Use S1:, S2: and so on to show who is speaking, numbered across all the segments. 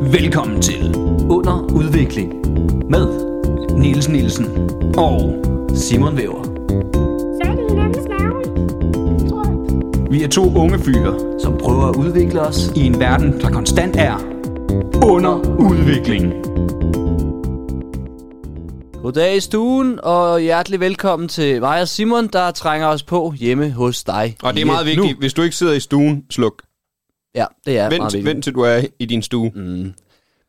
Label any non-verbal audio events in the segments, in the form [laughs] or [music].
S1: Velkommen til Under Udvikling med Niels Nielsen og Simon Væver.
S2: Fat i hinandens navle. Tror jeg.
S1: Vi er to unge fyre
S3: som prøver at udvikle os.
S1: i en verden, der konstant er under udvikling.
S3: Goddag i stuen, og hjertelig velkommen til mig og Simon, der trænger os på hjemme hos dig.
S4: Og det
S3: lige
S4: er meget vigtigt.
S3: Nu.
S4: Hvis du ikke sidder i stuen, sluk.
S3: Ja, det er meget
S4: Vent,
S3: vigtigt. Mm.
S4: vent til du er i din stue.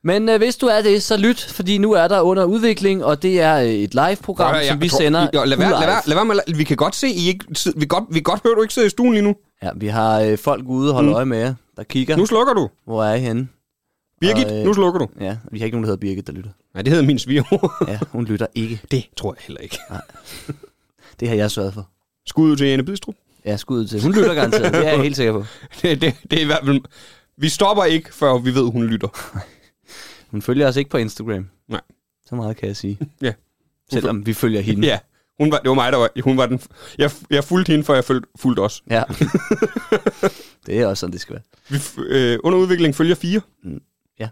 S3: Men øh, hvis du er det, så lyt, fordi nu er der under udvikling, og det er øh, et live-program,
S4: Prøv at høre,
S3: som
S4: jeg
S3: vi
S4: tror-
S3: sender
S4: I- lad, være,
S3: live.
S4: lad, være, lad være med, at- vi kan godt se, I ikke, sid- vi godt, vi godt hører, du ikke sidder i stuen lige nu.
S3: Ja, vi har øh, folk ude og holde øje med jer, der kigger.
S4: Mm. Nu slukker du.
S3: Hvor er I henne?
S4: Birgit,
S3: Og, øh,
S4: nu slukker du.
S3: Ja, vi har ikke nogen, der hedder Birgit, der lytter.
S4: Nej, det hedder
S3: [laughs]
S4: min svigermor.
S3: Ja, hun lytter ikke.
S4: det tror jeg heller ikke.
S3: Det har jeg sørget for.
S4: Skud ud til Jane Bidstrup. [laughs]
S3: Ja, skud til. Hun lytter garanteret, det er jeg helt sikker på.
S4: Det, det, det er i hvert fald... Vi stopper ikke, før vi ved, hun lytter.
S3: Hun følger os ikke på Instagram.
S4: Nej.
S3: Så meget kan jeg sige.
S4: Ja.
S3: Selvom vi følger hende.
S4: Ja, hun var, det var mig, der var... Hun var den, jeg, jeg fulgte hende, før jeg fulgte, fulgte
S3: [laughs]
S4: os.
S3: Ja. det er også sådan, det skal være.
S4: Vi, f- øh, under udvikling følger fire.
S3: Mm, ja.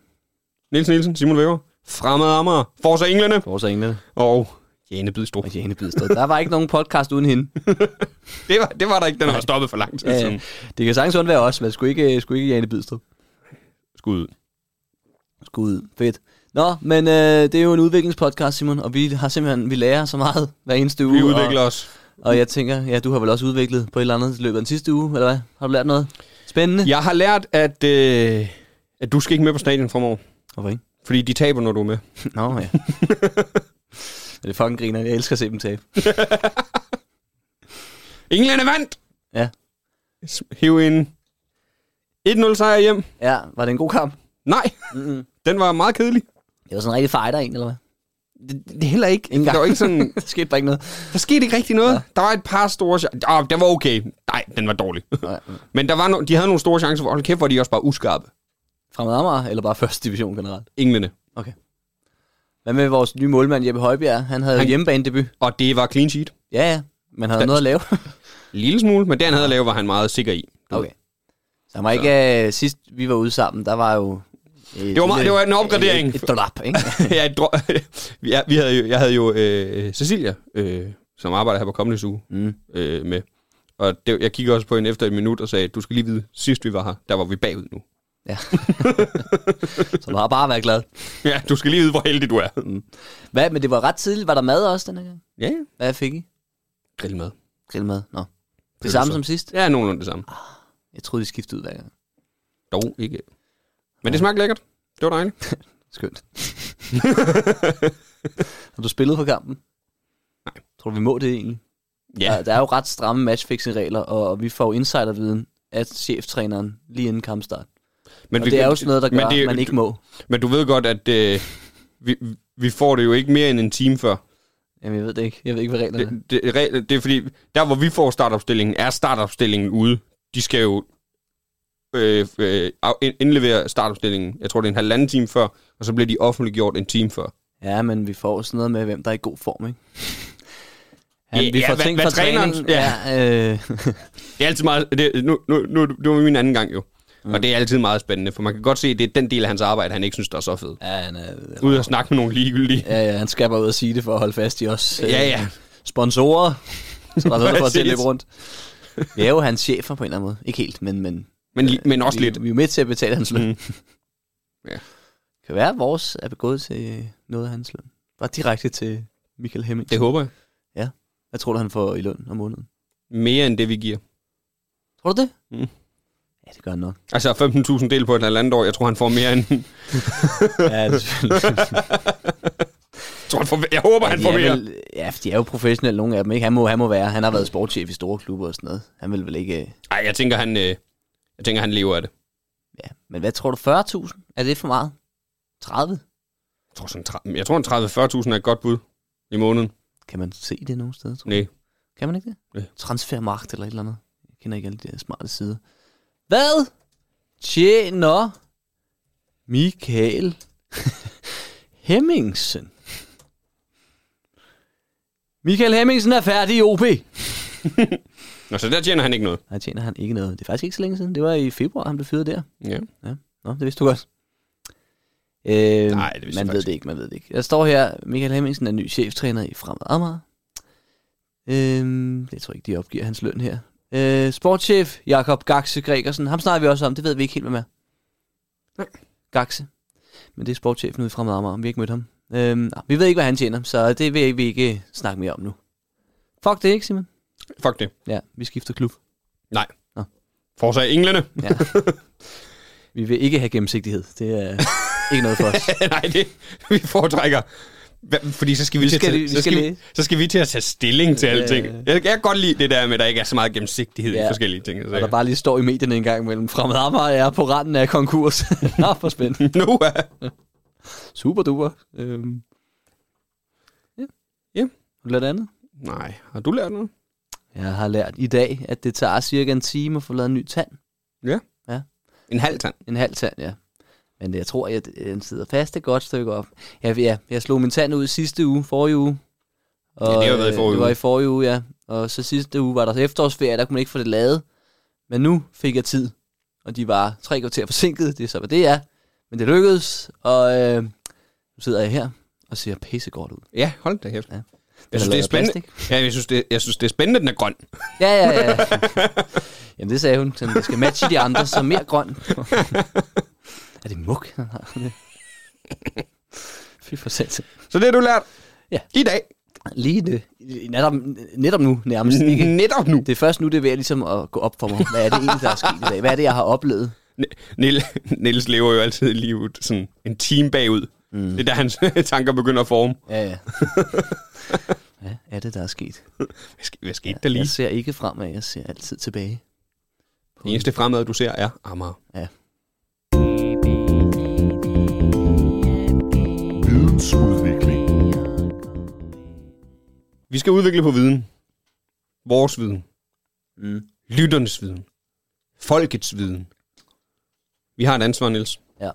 S4: Niels Nielsen, Simon Væver, Fremad Amager, Forza Englerne
S3: Vores englene
S4: og Jane Bidstrup.
S3: og Jane Bidsted. Der var ikke nogen podcast uden
S4: [laughs]
S3: hende.
S4: Det var, det var der ikke, den var stoppet for lang tid
S3: Ja,
S4: siden.
S3: det kan sagtens undvære os, men skulle ikke, øh, skulle ikke Jane Bidsted.
S4: Skud ud.
S3: Skulle ud. Fedt. Nå, men øh, det er jo en udviklingspodcast, Simon, og vi har simpelthen, vi lærer så meget hver eneste uge.
S4: Vi udvikler os.
S3: Og, og jeg tænker, ja, du har vel også udviklet på et eller andet i løbet af den sidste uge, eller hvad? Har du lært noget spændende?
S4: Jeg har lært, at, øh, at du skal ikke med på stadion fremover.
S3: Hvorfor ikke?
S4: Fordi de taber, når du er med.
S3: Nå,
S4: [laughs]
S3: ja. det er fucking griner, jeg elsker at se dem tabe.
S4: England er vandt!
S3: Ja.
S4: Hiv en 1-0 sejr hjem.
S3: Ja, var det en god kamp?
S4: Nej,
S3: Mm-hmm.
S4: den var meget kedelig.
S3: Det var sådan en rigtig fighter en, eller hvad?
S4: Det, det heller ikke.
S3: Ingen gang.
S4: Der var ikke sådan...
S3: [laughs] Der skete bare ikke noget.
S4: Der skete ikke rigtig noget. Ja. Der var et par store... chan- Åh, den var okay. Nej, den var dårlig. [laughs]
S3: Nej.
S4: Men der var no, de havde nogle store chancer. Hold kæft, hvor de også bare uskarpe.
S3: Fremad Amager, eller bare første division generelt?
S4: Englene.
S3: Hvad med vores nye målmand, Jeppe Højbjerg? Han havde
S4: Han-
S3: hjemmebane debut.
S4: Og det var clean sheet.
S3: Ja, ja. Men han havde
S4: Da-
S3: noget at
S4: [laughs]
S3: lave.
S4: Lille smule, men det, han havde lavet, var han meget sikker i. Du ved.
S3: okay. Så han var ikke... Øh, sidst vi var ude sammen, der var jo... Øh,
S4: Det var meget- det var en opgradering.
S3: Et, et drop, ikke?
S4: ja, [laughs] jeg, ja, [laughs] vi havde jo, jeg havde jo øh, Cecilia, øh, som arbejder her på kommende uge,
S3: Mm.
S4: øh, med. Og det, jeg kiggede også på hende efter et minut og sagde, du skal lige vide, sidst vi var her, der var vi bagud nu. [laughs]
S3: Så du har bare været glad.
S4: Ja, du skal lige vide, hvor heldig du er.
S3: Hvad, men det var ret tidligt. Var der mad også denne gang?
S4: Ja, ja.
S3: Hvad fik I?
S4: Grillmad.
S3: Grillmad. Nå. Det
S4: Pølser.
S3: samme som sidst?
S4: Ja, nogenlunde det samme.
S3: Jeg troede, de skiftede ud hver gang.
S4: Dog ikke. Men det smagte lækkert. Det var dejligt. [laughs]
S3: Skønt. [laughs] har du spillet på kampen? Nej. Tror du, vi må det egentlig? Ja.
S4: Ja,
S3: Der er jo ret stramme matchfixing-regler, og vi får jo insiderviden af cheftræneren lige inden kampstart. Men
S4: men,
S3: og det er jo sådan noget, der gør,
S4: men det-
S3: at man ikke må.
S4: Men du ved godt, at øh, vi, vi får det jo ikke mere end en time før.
S3: Jamen, jeg ved det ikke. Jeg ved ikke, hvad reglerne er.
S4: Det, det, re- det er fordi, der hvor vi får startopstillingen, er startopstillingen ude. De skal jo øh, øh, af- ind- indlevere startopstillingen, jeg tror det er en halvanden time før, og så bliver de offentliggjort en time før.
S3: Ja, men vi får jo sådan noget med, hvem der er i god form, ikke?
S4: Ja,
S3: vi
S4: ja,
S3: får
S4: hvad-
S3: ting
S4: hvad
S3: fra
S4: træneren-
S3: træning. Ja, øh, [laughs]
S4: Det er altid meget, det, nu, nu, nu, det var min anden gang jo, mm. og det er altid meget spændende, for man kan godt se, at det er den del af hans arbejde, han ikke synes, der er så fed.
S3: ja, han, er,
S4: Ude og snakke med nogle ligegyldige.
S3: ja, ja, han skal bare ud og sige det for at holde fast i os. øh,
S4: Ja, ja.
S3: Sponsorer. Så
S4: [laughs]
S3: der er noget, der får os til at
S4: Præcis.
S3: løbe rundt. Vi er jo hans chefer på en eller anden måde. Ikke helt, men, men
S4: Men, li- men også
S3: vi,
S4: lidt.
S3: Vi er jo med til at betale hans løn.
S4: Mm.
S3: [laughs]
S4: Ja.
S3: Kan være, at vores er begået til noget af hans løn. Bare direkte til Michael Hemming.
S4: Det håber jeg.
S3: Hvad tror du, han får i løn om måneden?
S4: Mere end det, vi giver.
S3: Tror du det?
S4: Mm.
S3: Ja, det gør han
S4: [laughs]
S3: nok.
S4: Altså 15.000 del på et halvandet år, jeg tror, han får mere end... [laughs] Jeg,
S3: Ja, det er selvfølgelig.
S4: tror, han får, jeg håber, han
S3: de
S4: får
S3: er
S4: mere.
S3: vel- Ja, for de er jo professionelle, nogle af dem. Ikke? Han, må, han må være. Han har været sportschef i store klubber og sådan noget. Han vil vel ikke... øh,
S4: Nej, jeg tænker, han, øh, jeg tænker, han lever af det.
S3: Ja. Men hvad tror du, 40.000? Er det for meget? 30?
S4: Jeg tror, sådan, 30 jeg tror en 30-40.000 er et godt bud i måneden.
S3: Kan man se det nogen steder, tror du?
S4: Nej.
S3: Kan man ikke det?
S4: Ja.
S3: Transfermarkt eller et eller andet. Jeg kender ikke alle de der smarte sider. Hvad tjener Michael [laughs] Hemmingsen? Michael Hemmingsen er færdig i OB.
S4: Nå, så der tjener han ikke noget.
S3: Nej, tjener han ikke noget. Det er faktisk ikke så længe siden. Det var i februar, han blev fyret der.
S4: Ja.
S3: Nå, det vidste du godt. Øh, Nej, det
S4: Nej, det vidste
S3: man ved
S4: jeg faktisk
S3: det ikke, man ved det ikke. Jeg står her, Michael Hemmingsen er ny cheftræner i Fremad Amager. Øhm, jeg tror ikke, de opgiver hans løn her. Øh, sportschef Jakob Gaxe Gregersen, ham snakker vi også om, det ved vi ikke helt, hvem er.
S4: Nej.
S3: Gaxe. Men det er sportschefen ude i Fremad Amager, vi har ikke mødt ham. Øhm, nå, vi ved ikke, hvad han tjener, så det vil vi ikke snakke mere om nu. Fuck det ikke, Simon.
S4: Fuck det.
S3: Ja, vi skifter klub.
S4: Nej.
S3: Nå.
S4: Forsag englene. [laughs]
S3: Ja. [laughs] vi vil ikke have gennemsigtighed. Det er ikke noget for os.
S4: Nej, det vi foretrækker. Hvad, fordi så skal vi,
S3: Vi
S4: til at
S3: skal-
S4: tage-
S3: vi
S4: så,
S3: skal
S4: skal vi,
S3: læse.
S4: så skal vi til at tage stilling til
S3: Ja.
S4: alting. Jeg, jeg kan godt lide det der med, at der ikke er så meget gennemsigtighed
S3: Ja.
S4: i forskellige ting. Så.
S3: Og der bare lige står i medierne en gang mellem Fremad Amager er på randen af konkurs. [laughs] Nå, for spændt.
S4: [laughs] Nu er...
S3: Super duper. Øhm. Ja.
S4: Ja.
S3: Har du lært andet?
S4: Nej, har du lært noget?
S3: Jeg har lært i dag, at det tager cirka en time at få lavet en ny tand.
S4: En halv tand.
S3: En halv tand, ja. Men jeg tror, at den sidder fast et godt stykke op. Jeg, ja, jeg slog min tand ud sidste uge, forrige uge. Og,
S4: Ja, det har været i
S3: øh,
S4: forrige
S3: Det
S4: uge.
S3: var i forrige uge, ja. Og så sidste uge var der så efterårsferie, der kunne man ikke få det lavet. Men nu fik jeg tid, og de var tre kvarter forsinket. Det er så, hvad det er. Men det lykkedes, og øh, nu sidder jeg her og ser pissegodt ud.
S4: Ja, hold da kæft.
S3: Ja. Den
S4: Jeg synes,
S3: er
S4: det er
S3: lavet af
S4: spændende. Ja, jeg synes, det, jeg synes, det er spændende, den er grøn.
S3: Ja, ja, ja. Jamen, det sagde hun. Sådan, det skal matche de andre, så mere grøn. er det muk, han har? Fy for satan.
S4: Så det har du lært
S3: Ja.
S4: i dag.
S3: Lige det. Netop, netop nu, nærmest. Ikke?
S4: Netop nu.
S3: Det er først nu, det er ved at ligesom at gå op for mig. Hvad er det egentlig, der er sket i dag? Hvad er det, jeg har oplevet?
S4: Niel, [laughs] Niels lever jo altid livet sådan en time bagud. Mm. Det er der, hans [laughs] tanker begynder at forme.
S3: Ja, ja. Hvad er det, der er sket?
S4: Hvad, sk- hvad skete der lige?
S3: Jeg ser ikke fremad, jeg ser altid tilbage.
S4: Det eneste fremad, du ser, er Amager.
S3: Ja.
S4: Vi skal udvikle på viden. Vores viden.
S3: Mm.
S4: Lytternes viden. Folkets viden. Vi har et ansvar, Niels.
S3: Ja.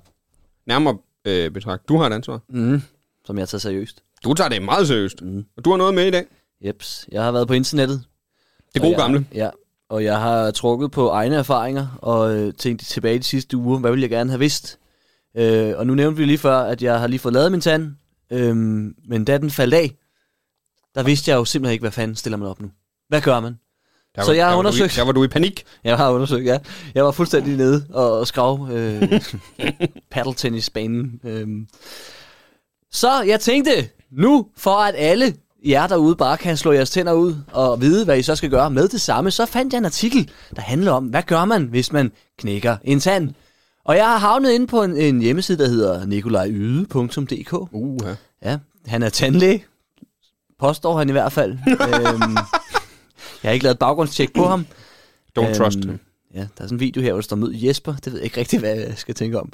S4: Nærmere øh, betragt, du har et ansvar.
S3: Mm. Som jeg tager seriøst.
S4: Du tager det meget seriøst.
S3: Mm.
S4: Og du har noget med i dag.
S3: Jeps. Jeg har været på internettet. Og
S4: Det gode
S3: jeg,
S4: gamle.
S3: Ja, og jeg har trukket på egne erfaringer og øh, tænkt tilbage de sidste uger, hvad ville jeg gerne have vidst? Øh, og nu nævnte vi lige før, at jeg har lige fået lavet min tand, øh, men da den faldt af, der vidste jeg jo simpelthen ikke, hvad fanden stiller man op nu. Hvad gør man?
S4: Der
S3: Så jeg har
S4: der var du i-
S3: undersøgt-
S4: Der var du i panik.
S3: Jeg har undersøgt, ja. Jeg var fuldstændig nede og skrav øh, paddeltennisbanen. Øh. Så jeg tænkte, nu for at alle jer derude bare kan slå jeres tænder ud og vide, hvad I så skal gøre med det samme, så fandt jeg en artikel, der handler om, hvad gør man, hvis man knækker en tand? Og jeg har havnet inde på en, en hjemmeside, der hedder nikolajude.dk.
S4: Uh, ja.
S3: Ja, han er tandlæge. Påstår han i hvert fald. øhm, jeg har ikke lavet et baggrundstjek på ham.
S4: Don't trust him.
S3: Øhm, Ja, der er sådan en video her, hvor der står mød Jesper. Det ved jeg ikke rigtig, hvad jeg skal tænke om.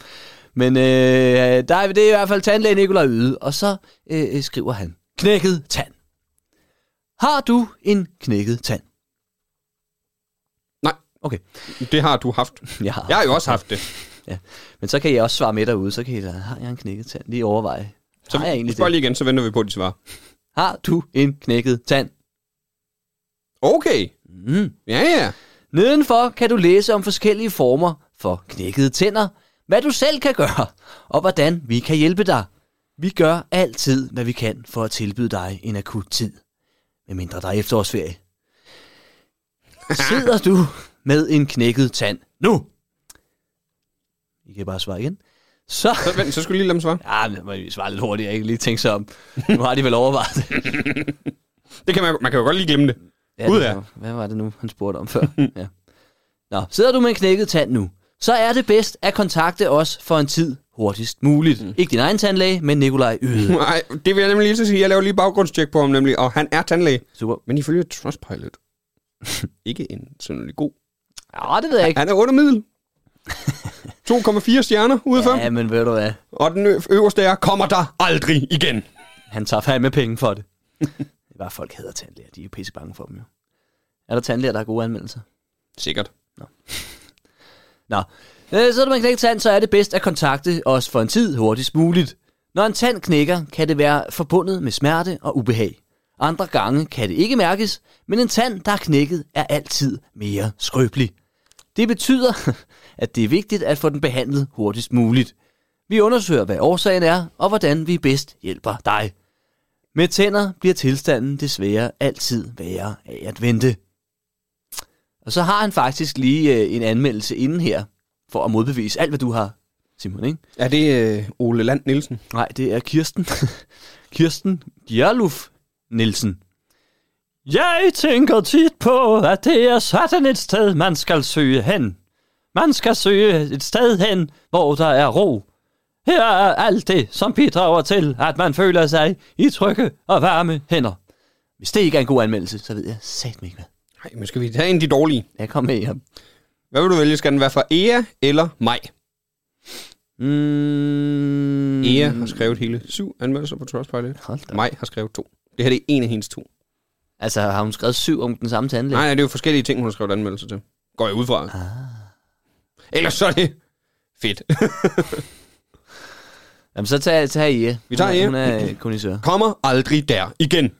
S3: Men øh, der er, det er i hvert fald tandlæge Nikolaj Yde, og så øh, øh, skriver han, knækket tand. Har du en knækket tand?
S4: Nej.
S3: Okay.
S4: Det har du haft.
S3: Jeg har.
S4: Jeg har jo også haft det.
S3: Men så kan jeg også svare med derude, så kan I da, har jeg en knækket tand? Lige overveje.
S4: Så
S3: har jeg egentlig
S4: spørg
S3: det?
S4: lige igen, så venter vi på, at de svarer.
S3: Har du en knækket tand?
S4: Okay.
S3: Mm.
S4: Ja, ja.
S3: Nedenfor kan du læse om forskellige former for knækkede tænder, hvad du selv kan gøre, og hvordan vi kan hjælpe dig. Vi gør altid, hvad vi kan for at tilbyde dig en akut tid, medmindre der er efterårsferie. Sidder du med en knækket tand nu? I kan bare svare igen. Så...
S4: Så, vent, så skulle du lige lade dem svare.
S3: Ja, men man svarer lidt hurtigt, jeg kan lige tænke sig om. Nu har de vel overvejet det.
S4: Det kan man, man kan jo godt lige glemme det.
S3: Ja,
S4: Ud
S3: det
S4: af.
S3: var- Hvad var det nu, han spurgte [laughs] om før? ja. Nå, sidder du med en knækket tand nu, så er det bedst at kontakte os for en tid hurtigst muligt. Mm. Ikke din egen tandlæge, men Nikolaj [laughs] Yde.
S4: Nej, det vil jeg nemlig lige så sige. Jeg laver lige baggrundstjek på ham nemlig, og han er tandlæge.
S3: Super.
S4: Men ifølge Trustpilot, [laughs] ikke en synderlig god.
S3: Ja, det ved jeg ikke.
S4: Han er under
S3: [laughs]
S4: middel. 2,4 stjerner ud af 5.
S3: Ja, men ved du hvad?
S4: Og den ø- øverste er, kommer der aldrig igen.
S3: Han tager fandme penge for det. [laughs] det var folk hader tandlæger. De er jo pisse bange for dem jo. Er der tandlæger, der har gode anmeldelser?
S4: Sikkert.
S3: Nå, øh, så er det med en knækket tand, så er det bedst at kontakte os for en tid hurtigst muligt. Når en tand knækker, kan det være forbundet med smerte og ubehag. Andre gange kan det ikke mærkes, men en tand, der er knækket, er altid mere [laughs] skrøbelig. Det betyder, at det er vigtigt at få den behandlet hurtigst muligt. Vi undersøger, hvad årsagen er, og hvordan vi bedst hjælper dig. Med tænder bliver tilstanden desværre altid værre af at vente. Og så har han faktisk lige øh, en anmeldelse inden her, for at modbevise alt, hvad du har, Simon, ikke?
S4: Er det øh, Ole Land Nielsen?
S3: Nej, det er Kirsten. [laughs] Kirsten Gjerluf Nielsen. Jeg tænker tit på, at det er sådan et sted, man skal søge hen. Man skal søge et sted hen, hvor der er ro. Her er alt det, som bidrager til, at man føler sig i trygge og varme hænder. Hvis det ikke er en god anmeldelse, så ved jeg satme ikke hvad.
S4: Nej, men skal vi tage en af de dårlige?
S3: Jeg kom med hjem.
S4: Hvad vil du vælge? Skal den være fra Ea eller mig?
S3: Mm.
S4: Ea har skrevet hele syv anmeldelser på Trustpilot.
S3: Hold da.
S4: Mig har skrevet to. Det her det er en af hendes to.
S3: Altså, har hun skrevet syv om den samme tandlæge?
S4: Nej, nej, det er jo forskellige ting, hun har skrevet anmeldelser til. Går jeg ud fra. Ah. Ellers så er det fedt.
S3: Jamen, så tag, tag I.
S4: Vi tager Ea.
S3: Hun er, øh, hun er kondisør.
S4: Kommer aldrig der igen.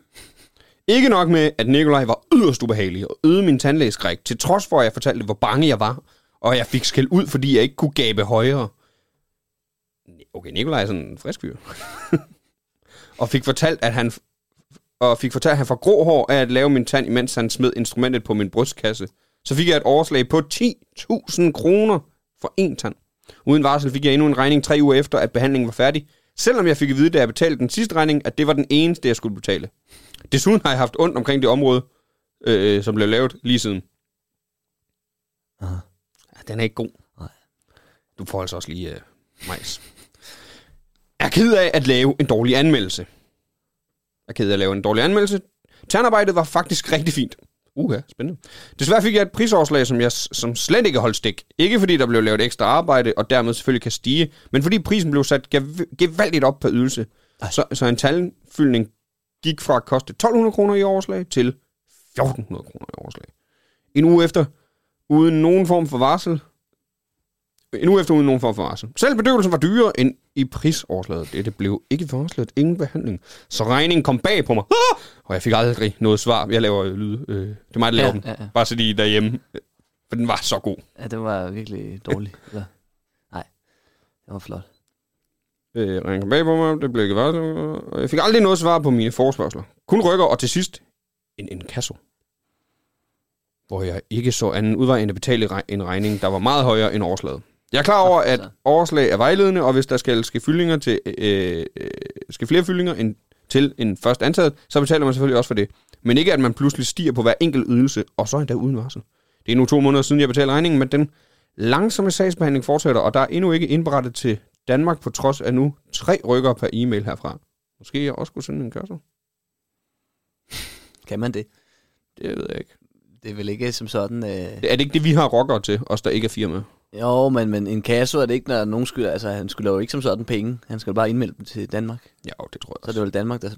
S4: Ikke nok med, at Nikolaj var yderst ubehagelig og øgede min tandlægeskræk, til trods for, at jeg fortalte, hvor bange jeg var, og jeg fik skæld ud, fordi jeg ikke kunne gabe højere. Okay, Nikolaj er sådan en frisk fyr. [laughs] og fik fortalt, at han og fik fortalt, at han får grå hår af at lave min tand, imens han smed instrumentet på min brystkasse. Så fik jeg et overslag på 10.000 kroner for én tand. Uden varsel fik jeg endnu en regning tre uger efter, at behandlingen var færdig. Selvom jeg fik at vide, da jeg betalte den sidste regning, at det var den eneste, jeg skulle betale. Desuden har jeg haft ondt omkring det område, øh, som blev lavet lige siden.
S3: Aha.
S4: Ja, Den er ikke god.
S3: Nej.
S4: Du får altså også lige øh, majs. Jeg er ked af at lave en dårlig anmeldelse. Jeg er ked af at lave en dårlig anmeldelse. Ternarbejdet var faktisk rigtig fint. Uha, spændende. Desværre fik jeg et prisoverslag, som jeg s- som slet ikke holdt stik. Ikke fordi der blev lavet ekstra arbejde, og dermed selvfølgelig kan stige, men fordi prisen blev sat gev- gevaldigt op på ydelse. Så, så en talfyldning gik fra at koste 1200 kroner i overslag til 1400 kroner i overslag. En uge efter, uden nogen form for varsel, en uge efter uden nogen form for varsel. Selv bedøvelsen var dyrere end i prisoverslaget. Dette blev ikke foreslået ingen behandling. Så regningen kom bag på mig. Ah! Og jeg fik aldrig noget svar. Jeg laver øh, lyd. Øh, det er mig, der
S3: Ja,
S4: laver ja, den.
S3: ja, ja.
S4: Bare så de derhjemme. Øh, For den var så god.
S3: Ja, det var virkelig dårligt. Eller? Nej, det var flot.
S4: Øh, regningen kom bag på mig. Det blev ikke varsel. Og jeg fik aldrig noget svar på mine forspørgseler. Kun rykker og til sidst en inkasso. Hvor jeg ikke så anden udvej end at betale re- en regning, der var meget højere end overslaget. Jeg er klar over, at
S3: Altså.
S4: overslag er vejledende, og hvis der skal, ske fyldninger til, øh, øh, skal flere fyldninger end til en først antaget, så betaler man selvfølgelig også for det. Men ikke, at man pludselig stiger på hver enkelt ydelse, og så endda uden varsel. Det er nu to måneder siden, jeg betalte regningen, men den langsomme sagsbehandling fortsætter, og der er endnu ikke indberettet til Danmark, på trods af nu tre rykker per e-mail herfra. Måske jeg også skulle sende en kørsel?
S3: Kan man det?
S4: Det ved jeg ikke.
S3: Det er vel ikke som sådan... Øh...
S4: Er det ikke det, vi har rockere til, os der ikke er firma?
S3: Jo, men, men en kasse er det ikke, når nogen skylder... Altså, han skylder jo ikke som sådan penge. Han skal bare indmelde dem til Danmark.
S4: Ja, jo, det tror jeg
S3: Så er
S4: også.
S3: det vel Danmark, der...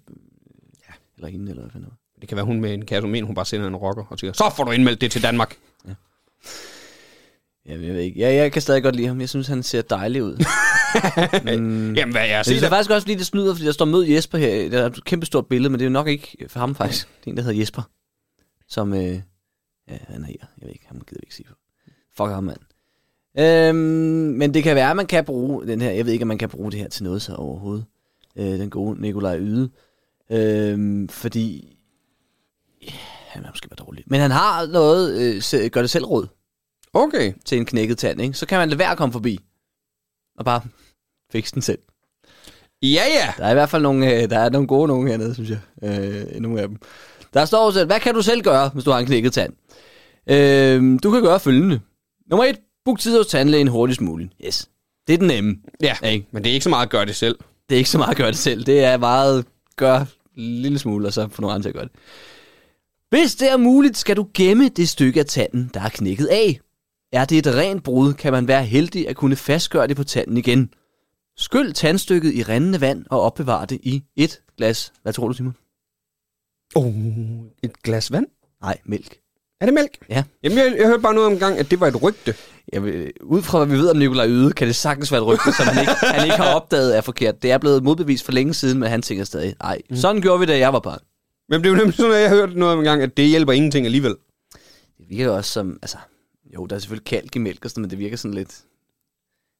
S3: Ja. Eller hende, eller hvad fanden det var.
S4: Det kan være, hun med en kassomen, hun bare sender en rocker og siger, så får du indmeldt det til Danmark.
S3: Jamen, jeg ved ikke. Ja, jeg kan stadig godt lide ham. Jeg synes, han ser dejlig ud. [laughs] mm.
S4: Jamen, hvad jeg har
S3: Jeg synes det
S4: set
S3: er
S4: af...
S3: faktisk også, fordi det snyder, fordi der står mød Jesper her. Der er et kæmpe stort billede, men det er jo nok ikke for ham faktisk. Det er en, der hedder Jesper, som... Øh, ja, han er her. Jeg ved ikke, han gider vi ikke sige for. Fuck ham, mand. Øhm, men det kan være, at man kan bruge den her... Jeg ved ikke, om man kan bruge det her til noget så overhovedet. Øh, den gode Nikolaj Yde. Øhm, fordi... Ja, han er måske bare dårlig. Men han har noget... Øh, se- gør det selv råd
S4: Okay.
S3: til en knækket tand, ikke? Så kan man lade være at komme forbi. Og bare fikse den selv.
S4: Ja, ja.
S3: Der er i hvert fald nogle, øh, der er nogle gode nogen hernede, synes jeg. Øh, nogle af dem. Der står også, hvad kan du selv gøre, hvis du har en knækket tand? Øh, du kan gøre følgende. Nummer et, book tid hos tandlægen hurtigst muligt. Yes. Det er den nemme.
S4: Ja,
S3: Ikke?
S4: men det er ikke så meget at gøre det selv.
S3: Det er ikke så meget at gøre det selv. Det er meget gør en lille smule, og så få nogle andre til at gøre det. Hvis det er muligt, skal du gemme det stykke af tanden, der er knækket af. Er det et rent brud, kan man være heldig at kunne fastgøre det på tanden igen. Skyld tandstykket i rendende vand og opbevar det i et glas. Hvad tror du, Simon?
S4: Oh, et glas vand?
S3: Nej, mælk.
S4: Er det mælk?
S3: Ja.
S4: Jamen, jeg, jeg hørte bare noget om gang, at det var et rygte.
S3: Jamen, ud fra hvad vi ved om Nikolaj Yde, kan det sagtens være et rygte, som han ikke, han ikke har opdaget er forkert. Det er blevet modbevist for længe siden, men han tænker stadig, nej, sådan gjorde vi, da jeg var barn.
S4: Men det er jo nemlig sådan, at jeg hørte noget om en gang, at det hjælper ingenting alligevel.
S3: Det virker jo også som, altså, jo, der er selvfølgelig kalk i mælk og sådan, men det virker sådan lidt,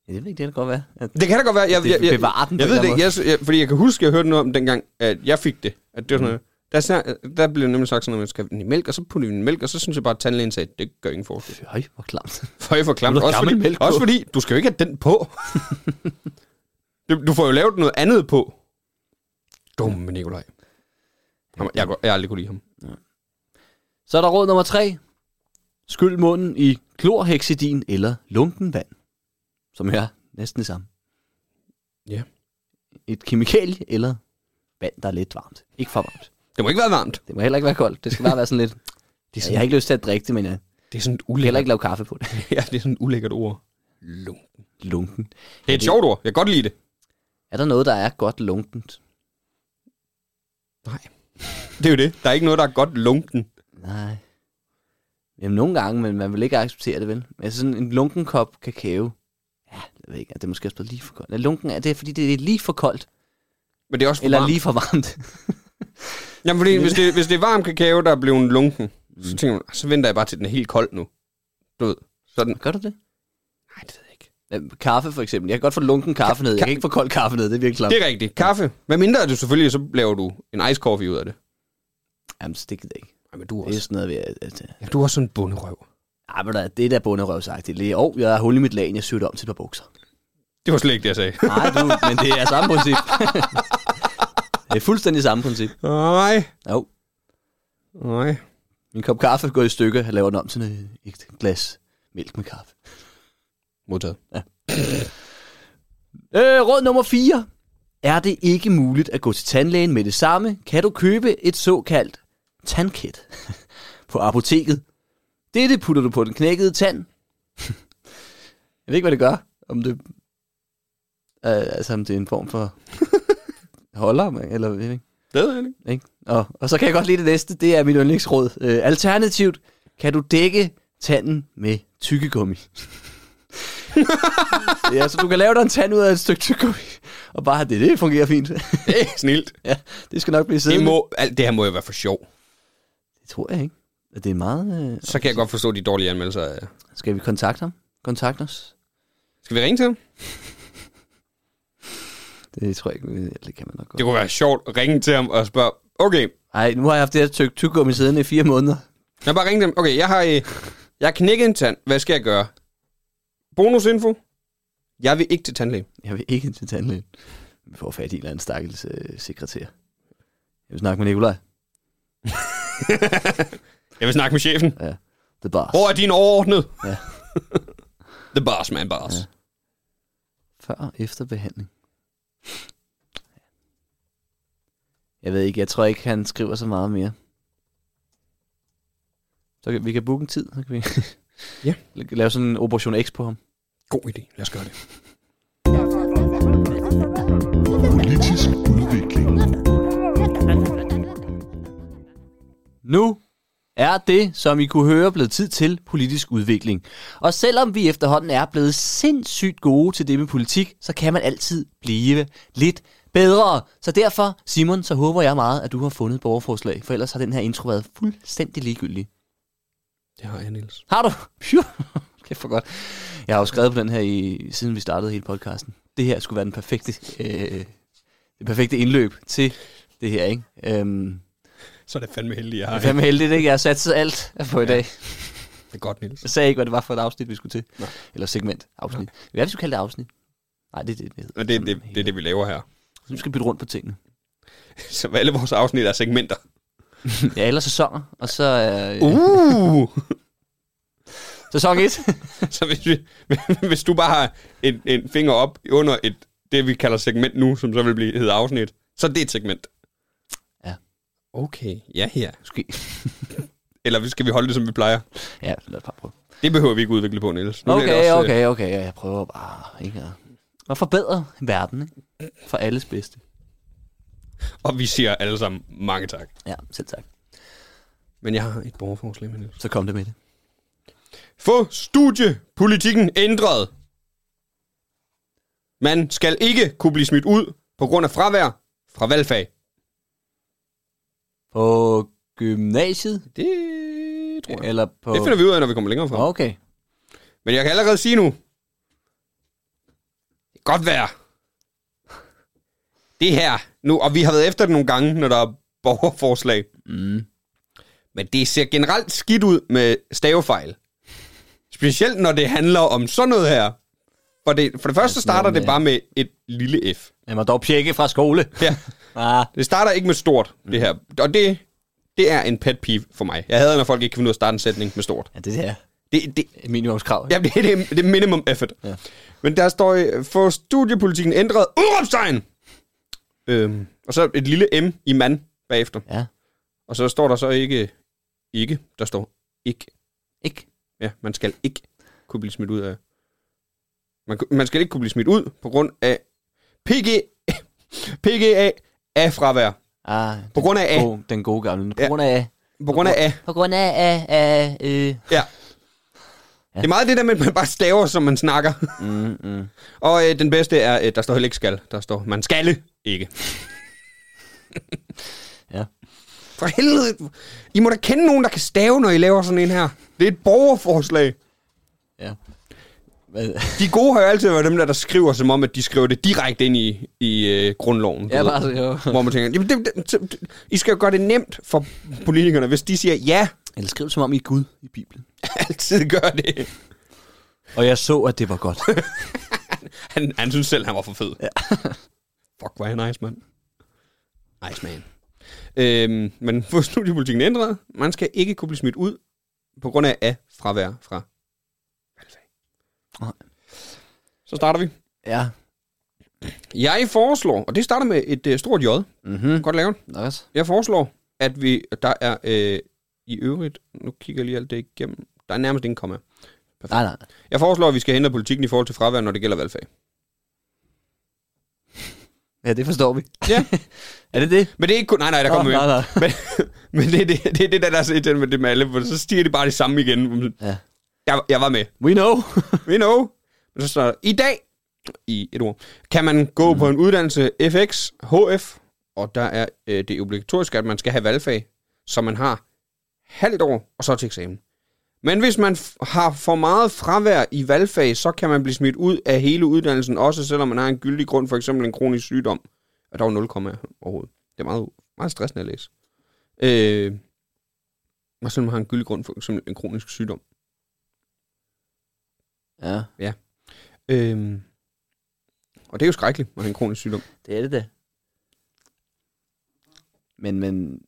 S3: Ja, det ved jeg ikke, det kan godt være. At
S4: Det kan da godt være. Jeg,
S3: Det
S4: jeg, jeg,
S3: bevarer den på
S4: jeg
S3: en
S4: ved
S3: eller
S4: det,
S3: anden
S4: jeg, jeg, fordi jeg kan huske, at jeg hørte noget om dengang, at jeg fik det. At det var sådan noget, der, snak- der blev nemlig sagt sådan noget, at man skal have den i mælk, og så putter vi den i mælk, og så synes jeg bare, at tandlægen sagde, at det gør ingen
S3: [laughs]
S4: forskel.
S3: Føj, hvor klamt.
S4: For jeg for klamt.
S3: Nu er der
S4: Også
S3: gammel
S4: fordi,
S3: mælk på.
S4: også fordi, du skal jo ikke have den
S3: [laughs]
S4: på. du, du får jo lavet noget andet på. Dumme Nikolaj. Ham, jeg, jeg, jeg aldrig kunne lide ham.
S3: Så er der råd nummer tre. Skyld munden i klorhexidin eller lunkenvand, som er næsten det samme.
S4: Ja.
S3: Et kemikalie eller vand, der er lidt varmt. Ikke for varmt.
S4: Det må ikke være varmt.
S3: Det må heller ikke være koldt. Det skal bare være sådan lidt...
S4: [laughs] Det er
S3: Ja,
S4: sådan,
S3: jeg har ikke lyst til at drikke det, men jeg
S4: det er sådan et
S3: kan heller
S4: ulækkert,
S3: ikke lave kaffe på det.
S4: [laughs] ja, det er sådan et ulækkert ord. Lung.
S3: Lunken.
S4: Det er et sjovt ord. Jeg kan godt lide det.
S3: Er der noget, der er godt lunkent?
S4: Det er jo det. Der er ikke noget, der er godt lunken.
S3: Nej. Jamen, nogle gange, men man vil ikke acceptere det, vel? Altså sådan en lunken kop kakao. Ja, jeg ved ikke, det er måske også blevet lige for koldt. Er lunken, er det fordi, det er lige for koldt?
S4: Men det er også for
S3: Eller
S4: varmt.
S3: lige for varmt? [laughs]
S4: Jamen, fordi hvis det, hvis det er varm kakao, der er blevet lunken, så tænker man, så venter jeg bare til den er helt kold nu. Du ved, sådan.
S3: Gør du det?
S4: Nej, det ved jeg ikke.
S3: Øhm, Kaffe for eksempel. Jeg kan godt få lunken kaffe ned. Jeg kan ikke få kold kaffe ned, det er virkelig klart.
S4: Det er rigtigt. Kaffe. Hvad mindre er det selvfølgelig, så laver du en ice coffee ud af det.
S3: Jamen, så det gider jeg ikke.
S4: Nej, men du
S3: Det er sådan noget ved at... at øh,
S4: Ja, du er også sådan en bunderøv.
S3: ej, men der- det er da bunderøvsagtigt. Lige, åh, jeg har hul i mit lagen, jeg syr det om til et par bukser.
S4: Det var slet ikke det, jeg sagde.
S3: Nej, du, men det er samme princip. [laughs] det er fuldstændig samme princip.
S4: Nej.
S3: Jo,
S4: Nej.
S3: min kop kaffe går i stykker, jeg laver den om til en- et glas mælk med kaffe.
S4: Modtaget.
S3: Øh, råd nummer 4. Er det ikke muligt at gå til tandlægen med det samme, kan du købe et såkaldt tandkæt [laughs] på apoteket. Dette putter du på den knækkede tand. [laughs] Jeg ved ikke, hvad det gør. Om det, øh, altså, om det er en form [laughs] for holder, men- eller jeg ved ikke.
S4: Det ved jeg ikke.
S3: Ikke? Og, og så kan jeg godt lide det næste, det er mit yndlingsråd. Øh, alternativt kan du dække tanden med
S4: [laughs]
S3: tykkegummi. ja, så du kan lave dig en tand ud af et stykke tykkegummi, og bare have det. Det fungerer fint. [laughs]
S4: Det er snilt.
S3: ja, det skal nok blive
S4: Det,
S3: siddende.
S4: må, alt det her må jo være for sjov.
S3: Det tror jeg ikke. Og Det er meget... Øh...
S4: Så kan jeg godt forstå de dårlige anmeldelser. af-
S3: Skal vi kontakte ham? Kontakt os?
S4: Skal vi ringe til ham?
S3: Det tror jeg ikke, vi- det kan man nok
S4: Det
S3: godt.
S4: kunne være sjovt at ringe til ham og spørge, okay,
S3: Nej, nu har jeg haft det her stykke tykkegummi siddende i fire måneder.
S4: Jeg bare ringe dem. Okay, jeg har, øh, jeg har knækket en tand. Hvad skal jeg gøre? Bonusinfo. Jeg vil ikke til tandlæge.
S3: Jeg vil ikke til tandlægen. Vi får fat i en eller anden stakkels øh, sekretær. Jeg vil snakke med Nikolaj.
S4: Jeg vil snakke med chefen.
S3: The boss.
S4: Hvor er din overordnet?
S3: Ja.
S4: [laughs] The boss, man, boss.
S3: Ja. Før og efter behandling. Jeg ved ikke, jeg tror ikke, han skriver så meget mere. Så kan, vi kan booke en tid, så kan vi
S4: Ja.
S3: [laughs] lave sådan en Operation X på ham.
S4: God idé. Lad os gøre det.
S5: Politisk udvikling.
S3: Nu er det, som I kunne høre, blevet tid til politisk udvikling. Og selvom vi efterhånden er blevet sindssygt gode til det med politik, så kan man altid blive lidt bedre. Så derfor, Simon, så håber jeg meget, at du har fundet et borgerforslag, for ellers har den her intro været fuldstændig ligegyldig.
S4: Det har jeg, Niels.
S3: Har du? Phew. [laughs] Kæft for godt. Jeg har jo skrevet på den her, i, siden vi startede hele podcasten. Det her skulle være den perfekte, øh, det perfekte indløb til det her, ikke? Øhm,
S4: Så er det fandme heldig, jeg
S3: jeg
S4: har.
S3: er fandme heldigt, ikke? Jeg har sat alt på i dag.
S4: Det er godt, Niels.
S3: Jeg sagde ikke, hvad det var for et afsnit, vi skulle til.
S4: Nej.
S3: Eller segment. Afsnit. Hvad er det, vi skulle kalde det afsnit? Nej, det er det, det hedder.
S4: Og det, det, det, er det, vi laver her.
S3: Nu skal vi bytte rundt på tingene.
S4: Så alle vores afsnit er segmenter.
S3: Ja, eller sæsoner. Og så øh, uh.
S4: Uh!
S3: sæson 1.
S4: [laughs] så hvis, vi, [laughs] hvis du bare har en, en finger op under et, det, vi kalder segment nu, som så vil blive hedder afsnit, så er det et segment.
S3: Ja.
S4: Okay, ja her.
S3: [laughs] Måske.
S4: Eller skal vi holde det, som vi plejer?
S3: Ja, lad os bare prøve.
S4: Det behøver vi ikke udvikle på, Niels. bliver det
S3: Okay,
S4: øh,
S3: okay, okay. ja, Jeg prøver bare ikke at, at forbedre verden ikke? for alles bedste.
S4: Og vi siger alle sammen mange tak.
S3: Ja, selv tak.
S4: Men jeg har et borgerforslag med Niels.
S3: Så kom det med det.
S4: Få studiepolitikken ændret. Man skal ikke kunne blive smidt ud på grund af fravær fra valgfag.
S3: På gymnasiet?
S4: Det tror jeg.
S3: Eller på...
S4: Det finder vi ud af, når vi kommer længere frem.
S3: Okay.
S4: Men jeg kan allerede sige nu, godt være. Det her. Nu, og vi har været efter det nogle gange, når der er borgerforslag. Mm. Men det ser generelt skidt ud med stavefejl. Specielt når det handler om sådan noget her. For det, for det første starter det bare med et lille f.
S3: Jeg må dog pjekke fra skole.
S4: Ja.
S3: Ah,
S4: Det starter ikke med stort, det her. Og det, det er en pet peeve for mig. Jeg hader, når folk ikke kan finde ud af at starte en sætning med stort.
S3: ja, det er
S4: Det, det,
S3: et minimumskrav.
S4: Jamen, det, det, er- det er minimum effort. Ja. Men der står, øh, få studiepolitikken ændret, udråbstegn! Øhm, og så et lille M i mand bagefter.
S3: Ja.
S4: Og så står der så ikke, ikke, der står ikke.
S3: Ikke?
S4: Ja, man skal ikke kunne blive smidt ud af. Man, ku- man skal ikke kunne blive smidt ud på grund af PG, PGA af fravær.
S3: Ah,
S4: På grund af A.
S3: god, den gode gamle. På
S4: Ja.
S3: grund af...
S4: På grund af A.
S3: På grund af... af, af øh.
S4: Ja. Det er meget det der med, at man bare staver, som man snakker.
S3: mm, mm.
S4: [laughs] Og øh, den bedste er, øh, der står heller ikke skal. Der står, man skal ikke.
S3: Ja.
S4: For helvede. I må da kende nogen, der kan stave, når I laver sådan en her. Det er et borgerforslag.
S3: Ja. Hvad?
S4: De gode har jo altid været dem, der, der skriver, som om, at de skriver det direkte ind i, i øh, grundloven. du
S3: Ja, [laughs]
S4: ved.
S3: bare så, jo.
S4: Hvor man tænker, jamen, det, det, det, det, I skal jo gøre det nemt for politikerne, hvis de siger ja. [laughs]
S3: Eller skriv det, som om I er Gud i Bibelen.
S4: Altid gør det.
S3: Og jeg så, at det var
S4: [laughs]
S3: godt.
S4: Han, han synes selv, han var for fed. Ja. [laughs] Fuck, hvor er han nice, mand. Nice, man. Øhm, men [laughs] få studiepolitikken ændret. Man skal ikke kunne blive smidt ud på grund af, af fravær fra valgfag.
S3: Nej.
S4: Så starter vi.
S3: ja.
S4: Jeg foreslår, og det starter med et øh, stort J.
S3: Mhm.
S4: Godt lavet.
S3: Nice.
S4: Jeg foreslår, at vi, der er øh, i øvrigt, nu kigger jeg lige alt det igennem, der er nærmest ingen komma.
S3: Nej, nej.
S4: Jeg foreslår, at vi skal ændre politikken i forhold til fravær, når det gælder
S3: [laughs]
S4: valgfag.
S3: Ja, det forstår vi.
S4: Ja.
S3: er det det?
S4: Men det er ikke kun... Nej, nej, der kommer
S3: Nå,
S4: mere.
S3: nej, nej.
S4: [laughs] Men, men det, er det, det er det, der, der er så irriterende med det med alle, for så stiger de bare det samme igen.
S3: Ja.
S4: Jeg, jeg var med.
S3: We know. [laughs]
S4: We know. Men så står der, i dag, i et ord, kan man gå mm. på en uddannelse FX, HF, og der er øh, det er obligatorisk, at man skal have valgfag, så man har halvt år, og så til eksamen. Men hvis man f- har for meget fravær i valgfag, så kan man blive smidt ud af hele uddannelsen, også selvom man har en gyldig grund, for eksempel en kronisk sygdom. Og der er jo 0, overhovedet. Det er meget, meget stressende at læse. Øh, og selvom man har en gyldig grund, for eksempel en kronisk sygdom.
S3: ja,
S4: Øhm, og det er jo skrækkeligt, at have en kronisk sygdom.
S3: det er det da. Men, men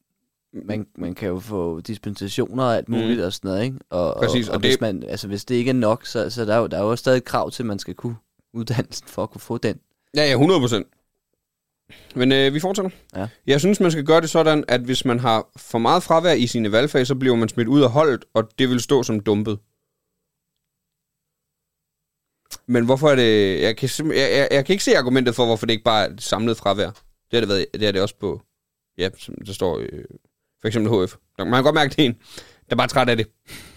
S3: man, man kan jo få dispensationer og alt muligt mm. og sådan noget, ikke? Og,
S4: Præcis,
S3: og, og,
S4: og
S3: og hvis,
S4: det-
S3: man, altså, hvis det ikke er nok, så, så der er jo, der er jo stadig et krav til, at man skal kunne uddannelsen for at kunne få den.
S4: Ja, ja, 100 procent. Men øh, vi fortsætter.
S3: Ja.
S4: Jeg synes, man skal gøre det sådan, at hvis man har for meget fravær i sine valgfag, så bliver man smidt ud af holdet, og det vil stå som dumpet. Men hvorfor er det... Jeg kan, simp- jeg, jeg, jeg kan ikke se argumentet for, hvorfor det ikke bare er et samlet fravær. Det har det, været, det, har det også på... Ja, som der står... Øh, for eksempel HF. Der- Man kan godt mærke, det er en, der er bare træt af det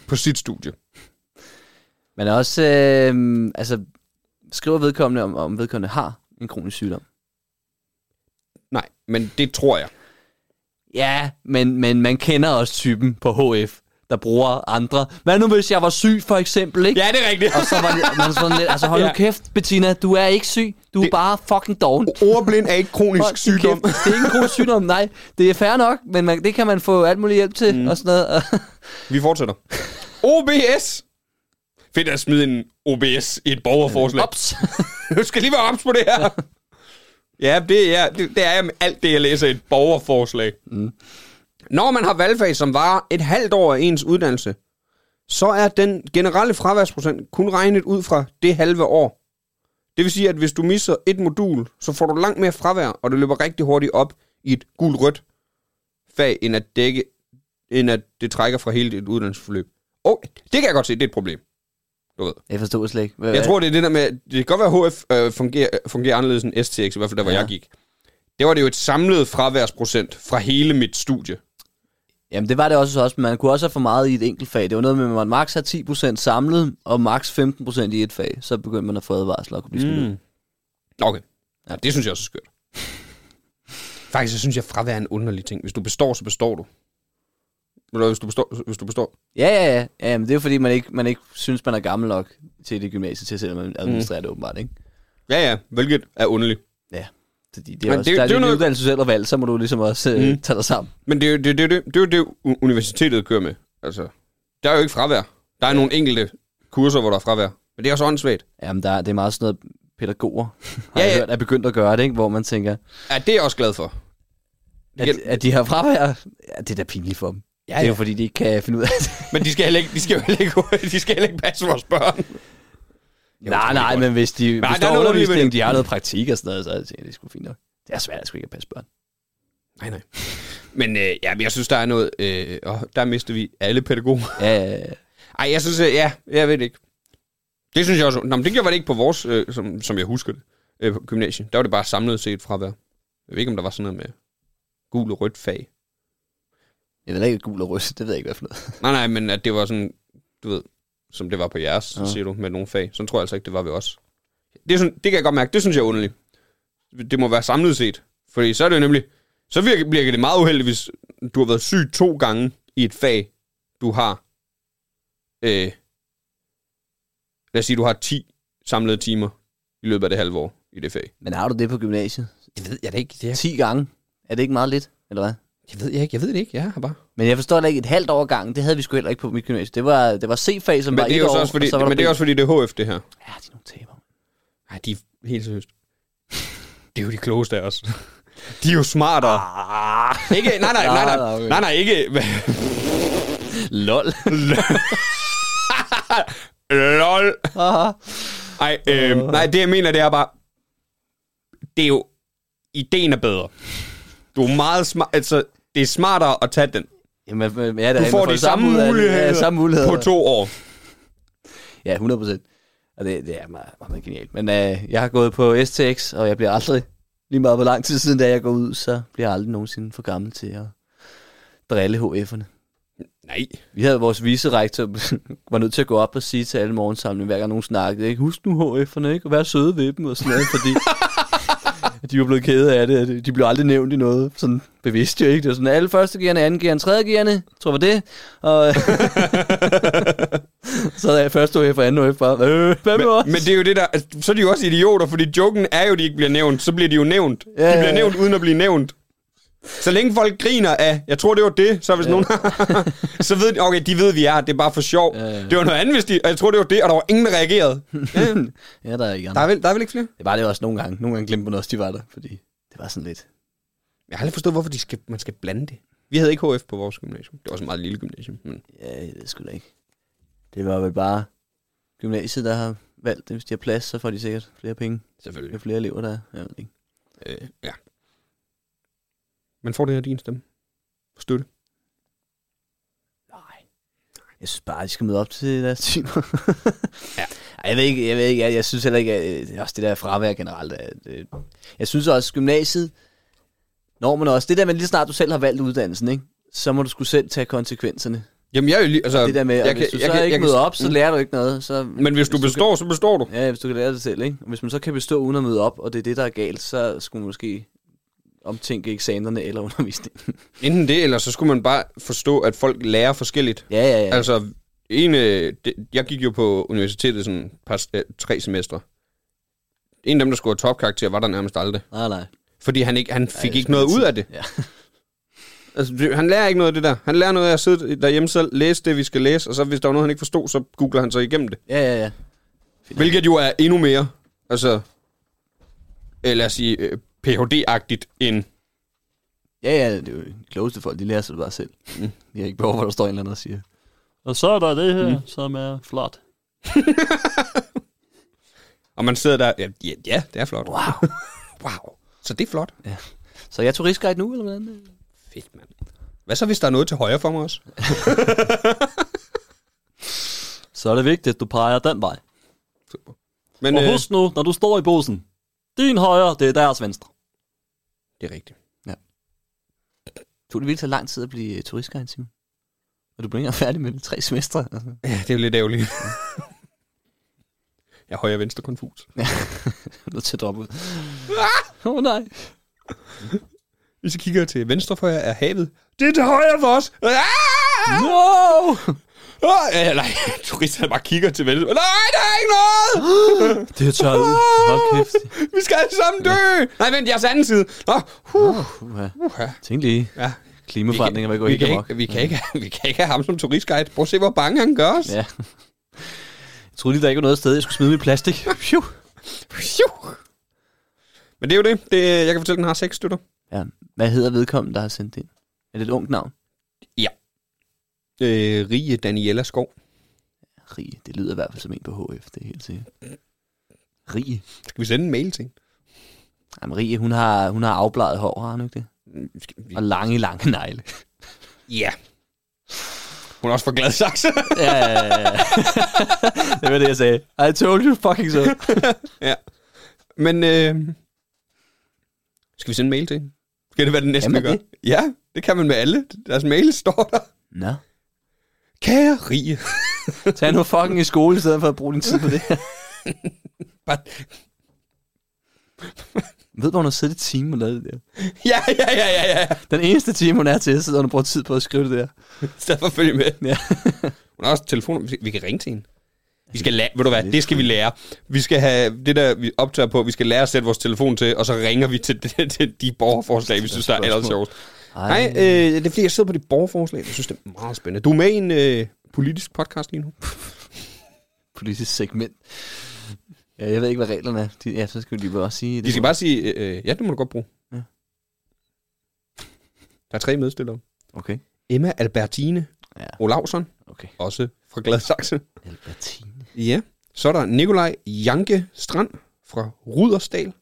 S4: på sit studie.
S3: Men også, øh, altså, skriver vedkommende, om, om vedkommende har en kronisk sygdom.
S4: Nej, men det tror jeg.
S3: Ja, men, men man kender også typen på HF, der bruger andre. Hvad nu, hvis jeg var syg, for eksempel, ikke?
S4: Ja, det er rigtigt.
S3: Og så var det, man sådan lidt, altså hold nu
S4: Ja.
S3: kæft, Bettina, du er ikke syg, du er
S4: Det-
S3: bare fucking doven.
S4: Ordblind er ikke kronisk
S3: Hold nu
S4: sygdom.
S3: Kæft. Det er ikke en kronisk sygdom, nej. Det er fair nok, men man, det kan man få alt muligt hjælp til mm. og
S4: [laughs]
S3: sådan noget.
S4: Vi fortsætter. OBS. Fedt at smide en OBS i et borgerforslag.
S3: Ops.
S4: Du [laughs] skal lige være ops på det her. [laughs] Ja, det er, det, det er jeg med alt det, jeg læser i et borgerforslag. Mm. Når man har valgfag, som varer et halvt år af ens uddannelse, så er den generelle fraværsprocent kun regnet ud fra det halve år. Det vil sige, at hvis du misser et modul, så får du langt mere fravær, og det løber rigtig hurtigt op i et gul-rødt fag, end at, dække, end at det trækker fra hele dit uddannelsesforløb. Og det kan jeg godt se, det er et problem. Du ved.
S3: Jeg forstod slet ikke. Hvad,
S4: Jeg tror, det er det der med, det kan godt være, at HF øh, fungerer, fungerer anderledes end STX, i hvert fald der, hvor
S3: Ja.
S4: jeg gik. Det var det jo et samlet fraværsprocent fra hele mit studie.
S3: Jamen det var det også hos os, men man kunne også have for meget i et enkelt fag. Det var noget med, at man max har 10% samlet, og max 15% i et fag. Så begyndte man at få advarsler og kunne blive mm.
S4: Okay. Ja, det synes jeg også er skørt. Faktisk, så synes jeg, fravær er en underlig ting. Hvis du består, så består du. Ved du hvad, Hvis du består, hvis du består.
S3: Ja, ja, ja. ja men det er jo fordi, man ikke, man ikke synes, man er gammel nok til det gymnasie til, selvom man administrerer mm. det åbenbart, ikke?
S4: Ja, ja, hvilket er underligt.
S3: Ja, fordi det er,
S4: Men
S3: også,
S4: det-
S3: der er
S4: det er
S3: lidt
S4: noget-
S3: uddannelse, du selv har valgt, så må du ligesom også øh,
S4: Mm.
S3: tage dig sammen.
S4: Men det er jo det, er jo det, det, er jo det u- universitetet kører med. Altså, der er jo ikke fravær. Der er nogle enkelte kurser, hvor der er fravær. Men det er også åndssvagt.
S3: Jamen, der, er- det er meget sådan noget,
S4: [laughs]
S3: pædagoger har
S4: Ja,
S3: ja, ja.
S4: ja.
S3: hørt, er begyndt at gøre det, ikke? hvor man tænker,
S4: Ja, det er jeg også glad for.
S3: at,
S4: Ja.
S3: at de har fravær. Ja, det er da pinligt for dem. Ja, ja. Det er jo fordi, de ikke kan finde ud af det.
S4: Men de skal, heller ikke, de skal [laughs] jo heller ikke, [laughs] de skal heller ikke passe vores børn. Jo,
S3: nej,
S4: det
S3: nej,
S4: er
S3: men hvis de
S4: der
S3: nej,
S4: er
S3: hvis der er
S4: noget underligt ved
S3: undervisning,
S4: det.
S3: de har noget praktik og sådan noget, så tænker jeg, det er sgu fint nok. Det er svært at sgu ikke at passe børn.
S4: Nej, nej. Men øh, ja, men jeg synes, der er noget... Øh, åh, der mister vi alle pædagoger.
S3: Ja, ja, ja.
S4: Ej, jeg synes... øh, Ja, jeg ved det ikke. Det synes jeg også... Nå, men det gjorde man ikke på vores, øh, som, som jeg husker det, øh, på gymnasiet. Der var det bare samlet set fravær. Jeg ved ikke, om der var sådan noget med gul og rødt fag.
S3: Ja, den er ikke gul og rødt, det ved jeg ikke, hvad for noget.
S4: Nej, nej, men at det var sådan, du ved, som det var på jeres,
S3: Ja.
S4: ja. siger du, med nogle fag. Sådan tror jeg altså ikke, det var ved os. Det, er sådan, det kan jeg godt mærke, det synes jeg er underligt. Det må være samlet set. Fordi så er det jo nemlig, så virker, virker det meget uheldigt, hvis du har været syg to gange i et fag, du har, øh, lad os sige, du har 10 samlede timer i løbet af det halve år i det fag.
S3: Men har du det på gymnasiet?
S4: Det ved jeg da ikke. Det
S3: 10 gange. Er det ikke meget lidt, eller hvad?
S4: jeg ved jeg ikke. Jeg ved det ikke. Jeg har bare...
S3: Men jeg forstår da ikke, et halvt år gangen, det havde vi sgu heller ikke på mit gymnasium. Det var, det var C-fag, som
S4: Men
S3: var
S4: det er
S3: et
S4: jo
S3: år,
S4: så også fordi,
S3: og så var der
S4: men det er
S3: B.
S4: også fordi, det er HF, det her.
S3: Ja, de er nogle taber.
S4: Nej, de er helt seriøst. [laughs] Det er jo de klogeste af os. [laughs] De er jo smartere. Ah. Ikke, nej, nej, nej,
S3: Ah, okay.
S4: nej, nej, nej, ikke.
S3: Lol.
S4: [laughs] Lol. Ej, øh, nej, det jeg mener, det er bare, det er jo, ideen er bedre. Du er meget smart, altså, det er smartere at tage den.
S3: Jamen, ja, det er,
S4: Du
S3: man
S4: får de samme
S3: ud af det.
S4: muligheder,
S3: ja, samme muligheder.
S4: på to år.
S3: Ja, 100 procent. Og det, det er meget, meget genialt. Men øh, jeg har gået på STX, og jeg bliver aldrig, lige meget hvor lang tid siden, da jeg går ud, så bliver jeg aldrig nogensinde for gammel til at drille HF'erne.
S4: Nej.
S3: Vi havde vores viserektor, [laughs] var nødt til at gå op og sige til alle morgensamlinger, hver gang nogen snakkede, ikke? husk nu HF'erne, ikke? og vær søde ved dem og sådan noget,
S4: [laughs]
S3: fordi de var blevet kede af det, og de blev aldrig nævnt i noget, sådan bevidst jo ikke, det var sådan, alle førstegeerne, andengeerne, tredjegeerne, tror jeg var det,
S4: [laughs]
S3: og [laughs] så havde jeg første HF og anden HF bare, øh, hvad med os?
S4: Men det er jo det der, altså, så er de jo også idioter, fordi joken er jo, at de ikke bliver nævnt. Så bliver de jo nævnt. Ja,
S3: ja,
S4: de
S3: ja.
S4: bliver nævnt uden at blive nævnt. Så længe folk griner af, jeg tror det var det, så hvis ja. nogen, [laughs] så ved de, okay, de ved vi er, det er bare for sjov.
S3: Ja,
S4: Ja,
S3: ja.
S4: ja. Det var noget andet, hvis de, og jeg tror det var det, og der var ingen, der reagerede.
S3: [laughs] ja, der er ikke
S4: Der
S3: andre.
S4: er vel, der er vel ikke flere?
S3: Det var det også nogle gange. Nogle gange glemte man også, de var der, fordi det var sådan lidt.
S4: Jeg har aldrig forstået, hvorfor de skal, man skal blande det. Vi havde ikke HF på vores gymnasium. Det var også et meget lille gymnasium. Men...
S3: Ja, jeg ved sgu da ikke. Det var vel bare gymnasiet, der har valgt det. Hvis de har plads, så får de sikkert flere penge. Jo
S4: Selvfølgelig.
S3: flere elever, der er. Jeg ved det ikke.
S4: Øh, ja. Men får det her din stemme? Støtte.
S3: Nej. Jeg synes bare, de skal møde op til deres timer. ja. [laughs] Ej, Jeg ved ikke, jeg ved ikke, jeg, jeg synes heller ikke, at, øh, det er også det der fravær generelt. At, øh, jeg synes også, gymnasiet, når man også, det der med lige så snart du selv har valgt uddannelsen, ikke? så må du skulle selv tage konsekvenserne.
S4: Jamen, jeg er jo lige, altså...
S3: Det der med, at hvis du så ikke møder op, så lærer du ikke noget. Så
S4: Mm. Men hvis du
S3: kan-
S4: består, så består du.
S3: Ja, hvis du kan lære det selv, ikke? Og Hvis man så kan bestå uden at møde op, og det er det, der er galt, så skulle man måske omtænke eksamenerne eller [laughs] undervisningen.
S4: Enten det, eller så skulle man bare forstå, at folk lærer forskelligt.
S3: ja, ja, ja.
S4: Ja. Altså, en, øh, det, jeg gik jo på universitetet sådan et par, øh, tre semestre. En af dem, der skulle have topkarakter, var der nærmest aldrig.
S3: nej, nej.
S4: Fordi han, ikke, han fik
S3: det
S4: ja, ikke
S3: skal
S4: noget
S3: man
S4: ud
S3: sige.
S4: af det.
S3: Ja.
S4: [laughs] Altså, det- han lærer ikke noget af det der. Han lærer noget af at sidde derhjemme selv, læse det, vi skal læse, og så hvis der var noget, han ikke forstod, så googler han sig igennem det.
S3: Ja, ja, ja.
S4: Hvilket jo er endnu mere, altså, øh, lad os sige, øh, Ph.D.-agtigt end...
S3: Ja, ja, det er jo de klogeste folk, de lærer sig det bare selv. Jeg er ikke behov for, at der står en eller anden og siger. Og så er der det her, mm. som er flot.
S4: Og man sidder der, ja, ja, ja det er flot.
S3: Wow.
S4: [laughs] Wow. Så det er flot.
S3: Så jeg er turistguide nu, eller hvordan?
S4: Fedt, mand. Hvad så, hvis der er noget til højre for mig også?
S3: Så er det vigtigt, at du peger den vej.
S4: Super. Men øh,
S3: nu, når du står i bussen, din højre, det er deres venstre.
S4: det er rigtigt.
S3: Tog det virkelig så lang tid at blive øh, turistguide, Simon? Og du blev ikke engang færdig med det tre [laughs] semestre. Altså.
S4: Ja, det er jo lidt ærgerligt. [laughs] jeg er højre og venstre konfus.
S3: Du er nødt til at droppe ud. Åh oh, nej.
S4: Hvis jeg kigger til venstre for jer er havet. Det er til højre for os. Ah!
S3: No!
S4: Åh, ja, nej, [laughs] turisterne bare kigger til venstre. Nej, der er ikke noget! Ah!
S3: Det er tørt ud. Ah! Hold kæft.
S4: Vi skal alle sammen dø! Nej, vent, jeres anden side. Nå, huh.
S3: Uha.
S4: Uha.
S3: Tænk lige.
S4: Ja.
S3: Klimaforandringer, hvad går
S4: vi
S3: ikke
S4: kan
S3: amok.
S4: ikke, vi, kan ikke, vi kan ikke have ham som turistguide. Prøv at se, hvor bange han gør os. Ja.
S3: Ja. Jeg troede lige, der ikke var noget sted, jeg skulle smide mit plastik. Phew.
S4: Men det er jo det. det. Jeg kan fortælle, at den har seks stykker.
S3: Ja. Hvad hedder vedkommende, der har sendt det ind? Er det et ungt navn?
S4: Øh, Rige Daniela Skov.
S3: Rig. Det lyder i hvert fald som en på HF, det er helt sikkert. Rig.
S4: Skal vi sende en mail til hende?
S3: Jamen, Rig, hun har, hun har afbladet hår, har hun ikke det?
S4: Mm, skal vi-
S3: Og lange, lange negle.
S4: Ja. Hun er også for glad sagt.
S3: ja, ja, ja. [laughs] det var det, jeg sagde. I told you fucking so.
S4: [laughs] Men øh, skal vi sende en mail til hende? Skal det være den næste,
S3: Kan
S4: vi
S3: man
S4: gør? Ja, det kan man med alle. Deres mail står der.
S3: Nå.
S4: Kære Rige.
S3: Tag nu fucking i skole, i stedet for at bruge din tid på det her.
S4: Bare-
S3: [laughs]
S4: [laughs]
S3: Ved du, hun har siddet i timen og lavet det der?
S4: Ja, ja, ja, ja, ja.
S3: Den eneste time, hun er til, sidder hun og bruger tid på at skrive det der.
S4: I stedet for at følge med.
S3: Ja.
S4: [laughs] Hun har også telefoner. Vi- Vi kan ringe til hende. Vi skal lære, ved du hvad, det skal vi lære. Vi skal have det der, vi optager på, vi skal lære at sætte vores telefon til, og så ringer vi til, [laughs] til de borgerforslag, vi synes, der er ellers sjovt. Nej, øh, det er fordi, jeg sidder på de borgerforslag, jeg synes, det er meget spændende. Du er med i en øh, politisk podcast lige nu.
S3: politisk segment. Ja, jeg ved ikke, hvad reglerne er. De, ja, så skal de bare sige... det.
S4: De skal bare sige, øh, ja, det må du godt bruge.
S3: Ja.
S4: Der er tre medstillere.
S3: Okay.
S4: Emma Albertine
S3: Ja.
S4: ja. Olavsson,
S3: Okay.
S4: også fra Gladsaxe.
S3: Albertine.
S4: Ja. Så er der Nikolaj Janke Strand fra Rudersdal.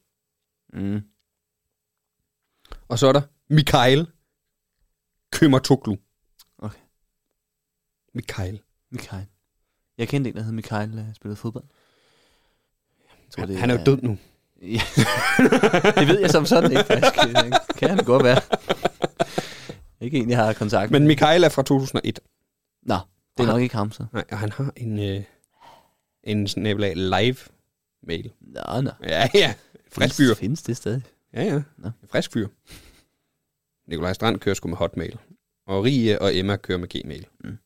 S3: Mm.
S4: Og så er der Mikael Kømmertoglu.
S3: Okay.
S4: Mikael.
S3: Mikael. Jeg kendte en, der hed Mikael, der spillede fodbold. Jeg tror,
S4: Han, han er jo død nu.
S3: Ja. det ved jeg som sådan ikke, faktisk. Det Kan han godt være. Ikke en, jeg har kontakt med.
S4: Men Mikael er fra 2001.
S3: Nå, det er nok ikke ham, så.
S4: Nej, og han har en, øh, en snabelag live mail.
S3: Nå, nå.
S4: Ja, ja. Frisk fyr.
S3: Findes- Findes det stadig?
S4: Ja, ja.
S3: Nå.
S4: Frisk fyr. Nikolaj Strand kører sgu med hotmail. Og Rie og Emma kører med gmail.
S3: Mm.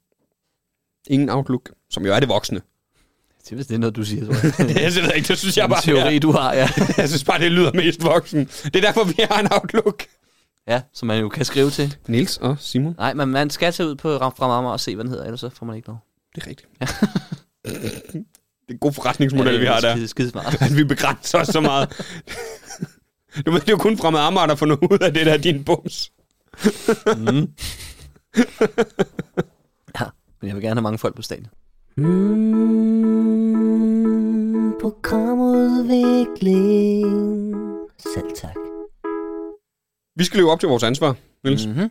S4: Ingen Outlook, som jo er det voksne.
S3: [laughs] Det er vist det, er noget, du siger, tror
S4: [laughs]
S3: jeg.
S4: det, synes jeg ikke, det synes jeg
S3: Den
S4: bare.
S3: teori, du har, ja.
S4: [laughs] Jeg synes bare, det lyder mest voksen. Det er derfor, vi har en Outlook.
S3: Ja, som man jo kan skrive til.
S4: Nils og Simon.
S3: Nej, men man skal tage ud på Ram- fra Marmar og se, hvad den hedder, ellers så får man ikke lov.
S4: Det er rigtigt. [laughs] det er en god forretningsmodel, vi har der.
S3: Skide, skide
S4: [laughs]
S3: smart.
S4: At vi begrænser os så meget. du ved, det er jo kun fremmed Amager, der får noget ud af det der, din bums.
S3: Mm. ja, men jeg vil gerne have mange folk på stadion.
S6: Hmm. Mm, programudvikling. Selv tak.
S4: Vi skal leve op til vores ansvar, Niels. Mm.
S3: Mm-hmm.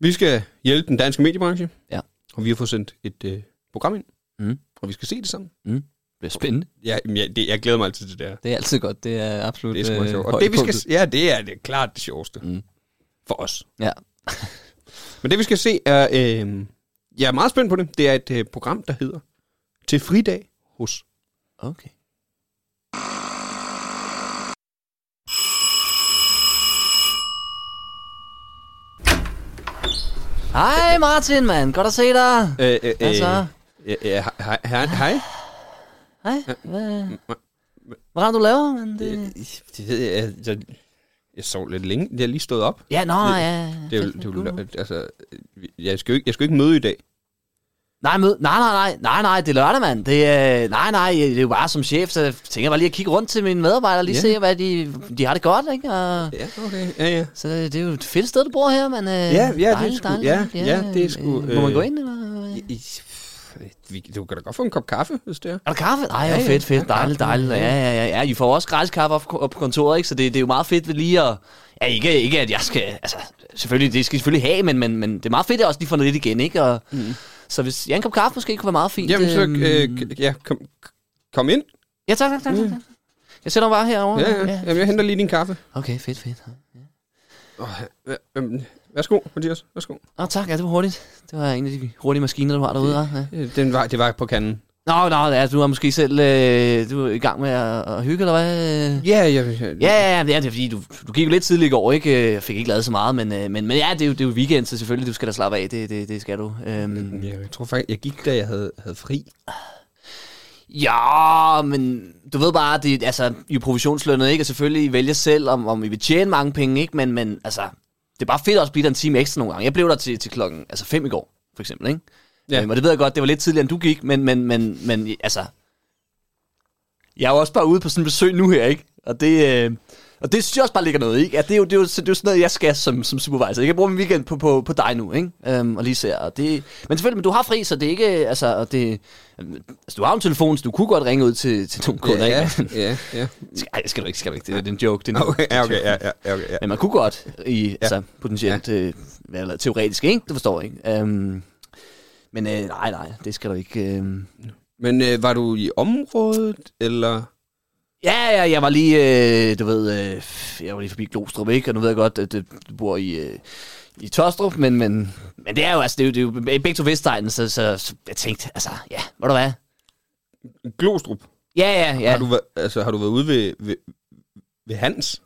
S4: Vi skal hjælpe den danske mediebranche.
S3: Ja.
S4: Og vi har fået sendt et øh, program ind.
S3: Mm.
S4: Og vi skal se det sammen.
S3: Det bliver spændende.
S4: Ja, jamen, jeg, det, jeg glæder mig altid til det her.
S3: Det er altid godt. Det er absolut øh,
S4: Det er sgu meget sjovt. Og det, vi
S3: højdepunktet.
S4: skal, ja, det er det, klart det sjoveste.
S3: Mm.
S4: Mm. For os.
S3: Ja.
S4: Men det, vi skal se, er... Øh, jeg er meget spændt på det. Det er et øh, program, der hedder Til fridag hos...
S3: Okay. Hej Martin, mand. Godt at se dig.
S4: Øh, øh,
S3: Hvad så?
S4: øh, øh, hej, hej, hej.
S3: Hej. Hvad, hvad har du lavet? Men det...
S4: Det ved jeg, jeg, jeg sov lidt længe. Jeg er lige stået op.
S3: Ja, Uh. nå, ja. ja.
S4: Det er jo, det er jo, lø- altså, jeg skal jo ikke, jeg skal jo ikke møde i dag.
S3: Nej, mød, nej, nej, nej, nej, nej, det er lørdag, mand. Det, er, nej, nej, det er jo bare som chef, så tænker jeg bare lige at kigge rundt til mine medarbejdere, lige
S4: Ja.
S3: se, hvad de, de har det godt, ikke? Og,
S4: Ja, okay. Ja, ja.
S3: så det er jo et fedt sted, du bor her, men øh, ja,
S4: ja, det er sgu- ja, ja, det er sgu,
S3: Øh, må man
S4: øh,
S3: gå ind, eller?
S4: I, I, vi, du kan da godt få en kop kaffe, hvis det er.
S3: Er der kaffe? Nej, ja, fedt, fedt, dejligt, dejligt. Ja, ja, ja, ja, I får også gratis kaffe op, op på kontoret, ikke? Så det, det er jo meget fedt ved lige at... Ja, ikke, ikke at jeg skal... Altså, selvfølgelig, det skal I selvfølgelig have, men, men, men det er meget fedt at også lige få noget lidt igen, ikke? Og, mm. Så hvis ja, en kop kaffe måske kunne være meget fint.
S4: Jamen, så
S3: øhm,
S4: øh, k- ja, kom, kom ind.
S3: Ja, tak, tak, tak. tak. Jeg sætter mig bare herovre.
S4: Ja, ja. Jamen, jeg henter lige din kaffe.
S3: Okay, fedt, fedt.
S4: Åh, ja, øhm, Værsgo, Mathias. Værsgo.
S3: Åh, tak. Ja, det var hurtigt. Det var en af de hurtige maskiner, du har derude. hva'? Ja.
S4: Øh, Den var, det var på kanden.
S3: Nå, nå, altså, du er måske selv øh, du er i gang med at, at hygge, eller hvad?
S4: Ja, jeg,
S3: Ja, ja, ja, det er det, er fordi du, du gik jo lidt tidligt i går, ikke? Jeg fik ikke lavet så meget, men, øh, men, men ja, det er, jo, det er jo weekend, så selvfølgelig, du skal da slappe af, det, det, det skal du. Øhm,
S4: jeg tror faktisk, jeg gik, da jeg havde, havde fri.
S3: ja, men du ved bare, det, altså, I er provisionslønnet, ikke? Og selvfølgelig, I vælger selv, om, om I vil tjene mange penge, ikke? Men, men altså, det er bare fedt at også blive der en time ekstra nogle gange. Jeg blev der til, til klokken altså fem i går, for eksempel, ikke?
S4: Ja.
S3: Ja. Øhm, og det ved jeg godt, det var lidt tidligere, end du gik, men, men, men, men altså... Jeg er jo også bare ude på sådan en besøg nu her, ikke? Og det, øh, og det synes jeg også bare ligger noget i, ikke? At det, er jo, det, er jo, det er jo sådan noget, jeg skal som, som supervisor. Jeg kan bruge min weekend på, på, på dig nu, ikke? Øhm, og lige se, og det, men selvfølgelig, men du har fri, så det er ikke... Altså, og det, øhm, altså, du har jo en telefon, så du kunne godt ringe ud til, til nogle kunder,
S4: ja,
S3: ikke?
S4: ja,
S3: [laughs]
S4: ja.
S3: Ej, det skal du ikke, skal du ikke. Det er, det er en joke. Det er en
S4: Okay, ja, okay, ja, ja, ja, okay, ja.
S3: men Øh, man kunne godt, i, ja. altså potentielt, ja. øh, eller teoretisk, ikke? Det forstår jeg ikke. Um, men øh, nej, nej, det skal du ikke. Øh.
S4: Men øh, var du i området, eller?
S3: Ja, ja, jeg var lige, øh, du ved, øh, jeg var lige forbi Glostrup, ikke? Og nu ved jeg godt, at øh, du bor i, øh, i Tostrup, men, men, men det er jo, altså, det er jo, det er jo begge to Vestegnen, så, så, så jeg tænkte, altså, ja, hvor du hvad?
S4: Glostrup.
S3: Ja, ja, ja.
S4: Har, du været, altså, har du været ude ved, ved, ved Hans?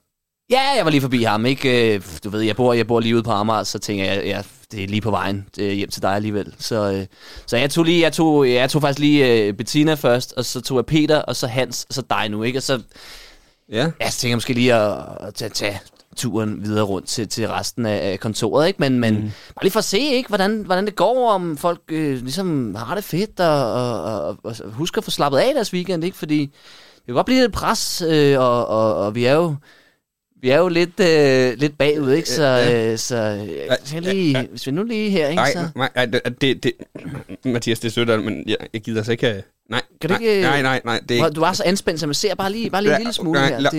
S3: Ja, jeg var lige forbi ham, ikke? Øh, Du ved, jeg bor, jeg bor lige ude på Amager, så tænker jeg, ja, det er lige på vejen øh, hjem til dig alligevel. Så, øh, så jeg tog lige, jeg tog, jeg tog faktisk lige øh, Bettina først, og så tog jeg Peter, og så Hans, og så dig nu, ikke? Og så,
S4: Ja.
S3: ja, så tænker jeg måske lige at, at tage, tage turen videre rundt til, til resten af af kontoret, ikke? Men, men mm. bare lige for at se, ikke? Hvordan, hvordan det går, om folk øh, ligesom har det fedt, og, og, og, og husker at få slappet af i deres weekend, ikke? Fordi det kan godt blive lidt pres, øh, og, og, og vi er jo... Vi er jo lidt, øh, lidt bagud, ikke? Så, øh, så øh, skal jeg lige, hvis vi nu lige her, ikke?
S4: Nej,
S3: Så,
S4: nej, nej, det, det, det, Mathias, det støtter, men jeg, jeg gider altså ikke have... Nej,
S3: Kan du
S4: nej,
S3: ikke, øh,
S4: nej, nej, nej, det er ikke...
S3: Hvor du var så anspændt, som jeg ser bare lige, bare lige en lille smule
S4: Nej,
S3: her.
S4: la-
S3: Det,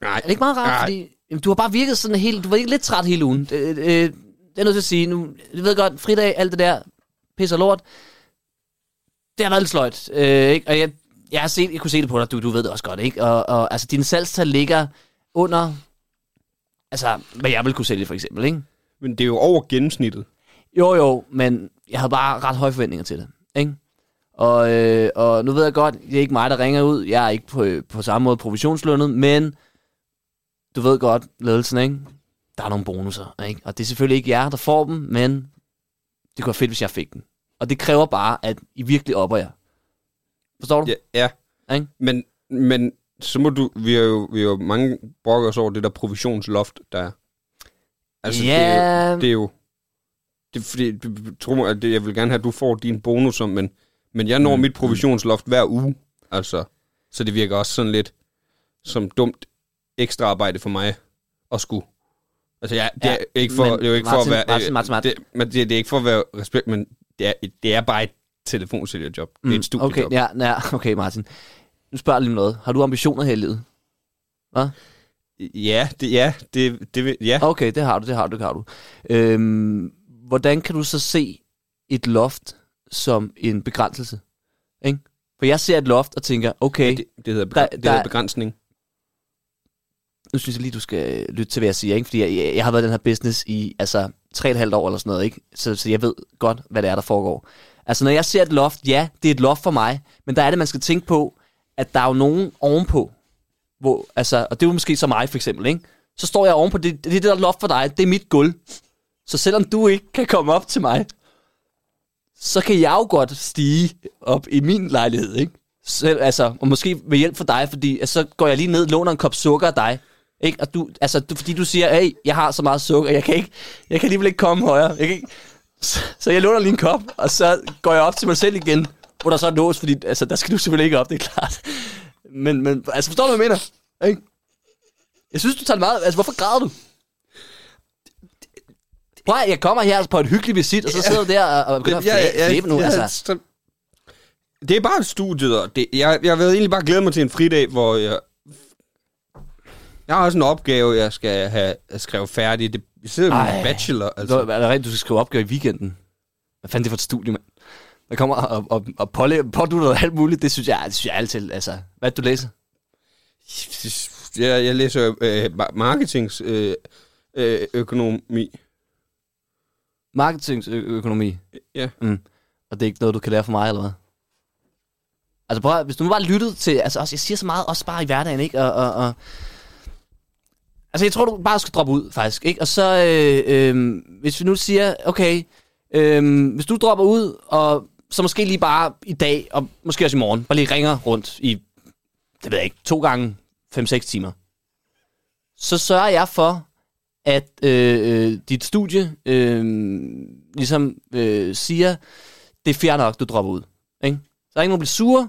S4: Nej,
S3: er det ikke meget rart, fordi jamen, du har bare virket sådan helt, du var ikke lidt træt hele ugen. Det, øh, det er jeg nødt til at sige. Nu, jeg ved godt, fridag, alt det der, pis og lort. Det har været lidt sløjt, øh, ikke? Og jeg, jeg, har set, jeg kunne se det på dig, du, du ved det også godt, ikke? Og, og altså, din salgstal ligger under, altså, hvad jeg vil kunne sælge, for eksempel, ikke?
S4: Men det er jo over gennemsnittet.
S3: Jo, jo, men jeg havde bare ret høje forventninger til det, ikke? Og, øh, og nu ved jeg godt, det er ikke mig, der ringer ud. Jeg er ikke på, på samme måde provisionslønnet, men du ved godt, ledelsen, ikke? Der er nogle bonusser, ikke? Og det er selvfølgelig ikke jer, der får dem, men det kunne være fedt, hvis jeg fik dem. Og det kræver bare, at I virkelig opper jer. Forstår du?
S4: Ja, ja.
S3: Ikke?
S4: Men, men så må du... Vi har jo, vi har jo mange brokker os over det der provisionsloft, der er. Altså, det, er
S3: Ja.
S4: jo, det er jo... Det er fordi, du- tro mig, at det, jeg vil gerne have, at du får dine bonusser, men, men jeg
S3: Mm,
S4: når mit provisionsloft hver uge, altså. Så det virker også sådan lidt som dumt ekstra arbejde for mig at skulle... Altså, jeg, det er
S3: Ja,
S4: ikke for,
S3: men
S4: det er jo ikke for
S3: Martin,
S4: at være...
S3: Martin,
S4: øh,
S3: Martin, Martin.
S4: Det, men det, det, er ikke for at være respekt, men det er, det er bare et telefonsælgerjob. Det er et studiejob.
S3: Mm, Okay, ja, ja, [laughs] okay, Martin. Nu spørger jeg lige om noget. Har du ambitioner her i livet?
S4: Ja, det, ja, det, det, vil- ja.
S3: Okay, det har du, det har du, det har du. Øhm, hvordan kan du så se et loft som en begrænselse? Ikke? For jeg ser et loft og tænker, okay,
S4: Det, det, hedder, begr-
S3: Der-
S4: det
S3: der-
S4: hedder begrænsning.
S3: nu synes jeg lige, du skal øh, lytte til, hvad jeg siger, ikke? fordi jeg, jeg, jeg har været i den her business i altså, 3,5 år eller sådan noget, ikke? Så, så jeg ved godt, hvad det er, der foregår. Altså, når jeg ser et loft, ja, det er et loft for mig, men der er det, man skal tænke på, at der er jo nogen ovenpå, hvor, altså, og det er jo måske så mig for eksempel, ikke? så står jeg ovenpå, det, det er det, der er loft for dig, det er mit gulv. Så selvom du ikke kan komme op til mig, så kan jeg jo godt stige op i min lejlighed, ikke? Selv, altså, og måske med hjælp fra dig, fordi altså, så går jeg lige ned, låner en kop sukker af dig, ikke? Og du, altså, du, fordi du siger, hey, jeg har så meget sukker, jeg kan, ikke, jeg kan alligevel ikke komme højere. Jeg kan ikke. Så, så jeg låner lige en kop, og så går jeg op til mig selv igen, hvor der så er lås, fordi altså, der skal du selvfølgelig ikke op, det er klart. Men, men altså, forstår du, hvad jeg mener? Ikke? Jeg synes, du tager det meget... Altså, hvorfor græder du? Prøv at, jeg kommer her på en hyggelig visit, og så sidder du der og, og begynder at flæ- flæbe nu. Altså,
S4: så- det er bare studiet, og det, jeg, jeg vil egentlig bare glæde mig til en fridag, hvor jeg... Jeg har også en opgave, jeg skal have skrevet færdig. Det jeg sidder med
S3: Ej.
S4: min bachelor, altså.
S3: Altså. Nå, er det rent, du skal skrive opgave i weekenden? Hvad fanden er det for et studie, mand? Der kommer og, og, og pålæ- pådutter dig alt muligt. Det synes jeg, det synes jeg altid. Altså, hvad er det, du læser?
S4: Jeg, jeg læser øh, ma- marketings øh, øh, økonomi.
S3: Marketingsøkonomi.
S4: Ja.
S3: Mm. Og det er ikke noget, du kan lære for mig, eller hvad? Altså prøv, at- hvis du nu bare lyttede til, altså også, jeg siger så meget, også bare i hverdagen, ikke? Og, og, og Altså jeg tror, du bare skal droppe ud, faktisk, ikke? Og så, øh, øh, hvis vi nu siger, okay, øh, hvis du dropper ud, og så måske lige bare i dag, og måske også i morgen, bare lige ringer rundt i, det ved jeg ikke, to gange 5-6 timer, så sørger jeg for, at øh, øh, dit studie øh, ligesom øh, siger, det er fair nok, du dropper ud. Ikke? Så der er ingen, der bliver sure,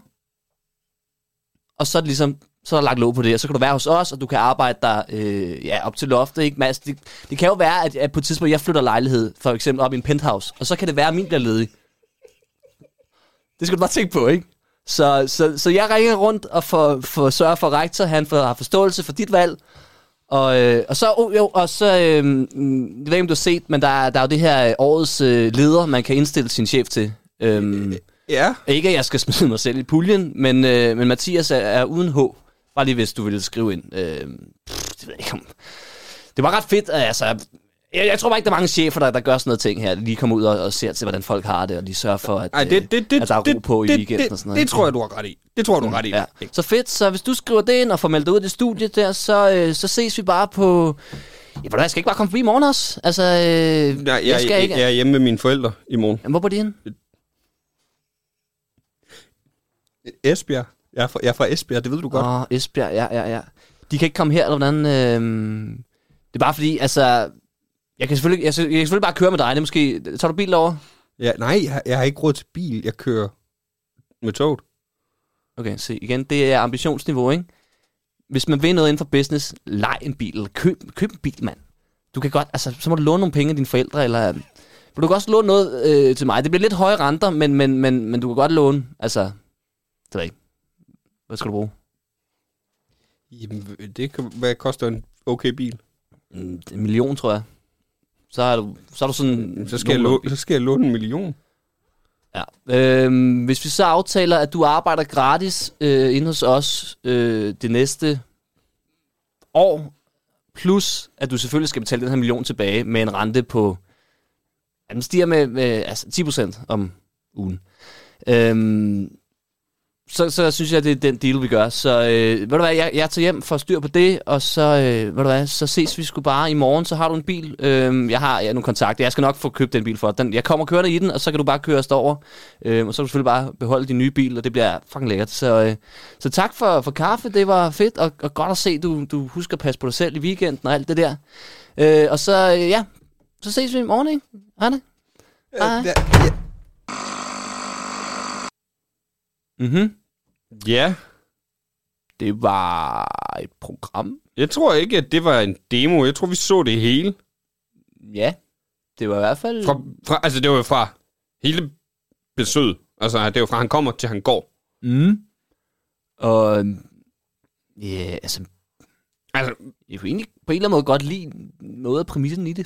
S3: og så er det ligesom, så er der lagt låg på det, og så kan du være hos os, og du kan arbejde der øh, ja, op til loftet. Ikke? Men altså, det, det kan jo være, at, at på et tidspunkt, jeg flytter lejlighed, for eksempel op i en penthouse, og så kan det være, at min bliver ledig. Det skal du bare tænke på, ikke? Så, så, så jeg ringer rundt og for, for sørger for rektor, han for, har forståelse for dit valg, og, øh, og så, oh, jo, og så øh, mm, jeg ved ikke, om du har set, men der, er- der er jo det her øh, årets øh, leder, man kan indstille sin chef til. Øhm,
S4: Ja.
S3: ikke, at jeg skal [laughs] smide mig selv i puljen, men, øh, men Mathias er, er uden H. Bare lige, hvis du ville skrive ind. Øh, pff, det ved jeg ikke om... Det var ret fedt, altså... Jeg, jeg tror bare ikke, der er mange chefer, der, der gør sådan noget ting her. Lige kommer ud og, og ser til, hvordan folk har det, og lige sørger for, at, øh,
S4: Ej, det, det, det,
S3: at altså, der er ro
S4: det,
S3: på
S4: det,
S3: i weekenden
S4: det,
S3: og sådan noget.
S4: Det tror jeg, du har ret i. Det tror jeg, du har ret i.
S3: Ja.
S4: Ikke?
S3: Så fedt, så hvis du skriver det ind og får meldt dig ud af det studie der, så, øh, så ses vi bare på... Ja, ved du hvad, jeg skal ikke bare komme forbi i morgen også. Altså, øh,
S4: Ja, jeg,
S3: jeg skal
S4: jeg,
S3: ikke...
S4: jeg er hjemme med mine forældre i morgen.
S3: Jamen, hvor bor de henne?
S4: Esbjerg. Jeg er fra, jeg er fra Esbjerg, det ved du godt.
S3: Åh, Esbjerg, ja, ja, ja. De kan ikke komme her, eller hvordan? Øhm, det er bare fordi, altså... Jeg kan, selvfølgelig, jeg, jeg kan selvfølgelig bare køre med dig, det er måske... Tager du bilen over?
S4: Ja, nej, jeg, jeg har ikke råd til bil. Jeg kører med toget.
S3: Okay, se igen, det er ambitionsniveau, ikke? Hvis man vil noget inden for business, lej en bil, eller køb, køb en bil, mand. Du kan godt, altså, så må du låne nogle penge af dine forældre, eller... øhm, Men du kan også låne noget øh, til mig. Det bliver lidt høje renter, men, men, men, men du kan godt låne, altså... Det ved jeg ikke. Hvad skal du bruge?
S4: Jamen, det kan, hvad koster en okay bil?
S3: En Mm, en million, tror jeg. Så er du, så er du sådan...
S4: Så skal, jeg låne, så skal jeg låne en million.
S3: Ja. Øhm, hvis vi så aftaler, at du arbejder gratis øh, inde hos os øh, det næste år, plus at du selvfølgelig skal betale den her million tilbage med en rente på, ja, den stiger med, med altså 10 procent om ugen. Øhm, så, så synes jeg, det er den deal, vi gør. Så øh, ved du hvad, jeg, jeg tager hjem for at styr på det, og så, øh, ved du hvad, så ses vi sgu bare i morgen, så har du en bil. Øh, jeg har ja, nogle kontakter, jeg skal nok få købt den bil for dig. den. Jeg kommer kørende i den, og så kan du bare køre os derover. Øh, og så kan du selvfølgelig bare beholde din nye bil, og det bliver fucking lækkert. Så, øh, så tak for, for kaffe, det var fedt, og, og godt at se, du, du husker at passe på dig selv i weekenden og alt det der. Øh, og så, øh, ja, så ses vi i morgen, ikke? Hej da. Hej.
S4: Ja.
S3: Mhm.
S4: ja,
S3: Det var et program.
S4: jeg tror ikke, at det var en demo. Jeg tror, vi så det hele.
S3: Ja, det var i hvert fald...
S4: Fra, fra, altså, det var jo fra hele besøget. Altså, det var fra, han kommer til, han går.
S3: Mm. Og... Ja, altså,
S4: Altså,
S3: jeg kunne egentlig på en eller anden måde godt lide noget af præmissen i det.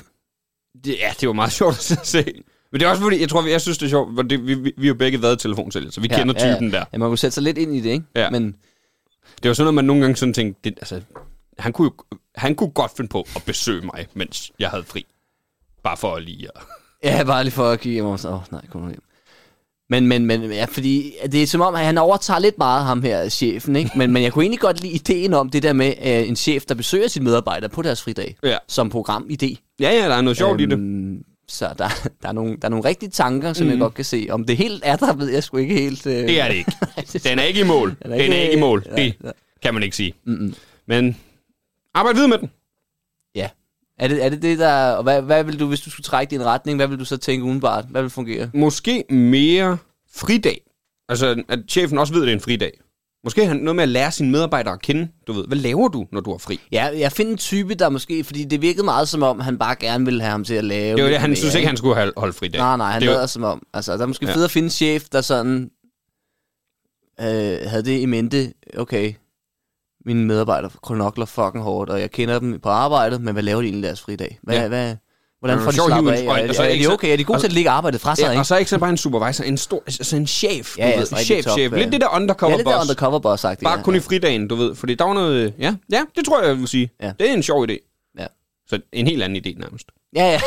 S4: det, ja, det var meget [laughs] sjovt at se. Men det er også fordi, jeg tror, jeg synes, det er sjovt, for det, vi, vi, vi har jo begge været telefonsælger, så vi
S3: Ja,
S4: ja, kender
S3: ja, ja.
S4: typen ja. der.
S3: Ja, man kunne sætte sig lidt ind i det, ikke?
S4: Ja.
S3: Men
S4: Det var sådan noget, man nogle gange sådan tænkte, det, altså, han kunne, jo, han kunne godt finde på at besøge mig, mens jeg havde fri. Bare for at lige at...
S3: Ja, bare lige for at kigge hjem og så, åh oh, nej, kom nu hjem. Men, men, men, ja, fordi det er som om, at han overtager lidt meget ham her, chefen, ikke? Men, men jeg kunne egentlig godt lide ideen om det der med øh, en chef, der besøger sine medarbejdere på deres fridag,
S4: Ja.
S3: som programidé.
S4: Ja, ja, der er noget sjovt øhm, i det.
S3: Så der, der, er nogle, der er nogle rigtige tanker, som mm. jeg godt kan se. Om det helt er der, ved jeg sgu ikke helt. Øh, [laughs]
S4: Det er det ikke. Den er ikke i mål. Den er ikke, den er ikke i mål.
S3: Ja,
S4: Det
S3: ja.
S4: kan man ikke sige. Mm-mm. Men arbejde videre med den.
S3: Ja. Er det, er det det, der... Og hvad, hvad vil du, hvis du skulle trække din retning, hvad vil du så tænke udenbart? Hvad vil fungere?
S4: Måske mere fridag. Altså, at chefen også ved, at det er en fridag. Måske han noget med at lære sine medarbejdere at kende. Du ved, hvad laver du, når du er fri?
S3: Ja, jeg finder en type, der måske... Fordi det virkede meget som om, han bare gerne ville have ham til at lave...
S4: Det var det,
S3: lidt
S4: han
S3: mere,
S4: synes ikke, han skulle have- holde fridag.
S3: Nej, nej, han
S4: det
S3: lader
S4: var,
S3: som om. Altså, der er måske ja.
S4: Ja.
S3: fedt at finde en chef, der sådan øh, havde det i mente. Okay, mine medarbejdere kronokler fucking hårdt, og jeg kender dem på arbejdet, men hvad laver de egentlig deres fridag? Hvad, ja.
S4: Ja.
S3: hvad, hvordan
S4: Det er
S3: får de
S4: sjovt,
S3: slappet
S4: hive
S3: af?
S4: en-
S3: Og,
S4: og-
S3: er,
S4: og så
S3: er,
S4: ikke
S3: de
S4: så-
S3: okay? Er de gode
S4: og-
S3: til at lægge arbejdet fra sig,
S4: ja,
S3: ikke?
S4: og så ikke så bare en supervisor, en stor, altså en chef,
S3: Ja,
S4: ja,
S3: ja,
S4: du ved,
S3: sådan rigtig
S4: chef,
S3: top,
S4: chef,
S3: ja.
S4: lidt det der undercover
S3: ja, det der
S4: boss.
S3: undercover boss sagt.
S4: Bare
S3: ja.
S4: kun i fridagen, du ved, fordi der var noget, øh, ja, ja, det tror jeg, jeg vil sige.
S3: Ja.
S4: Ja. Det er en sjov idé.
S3: Ja.
S4: Så en helt anden idé nærmest.
S3: Ja, [laughs] ja.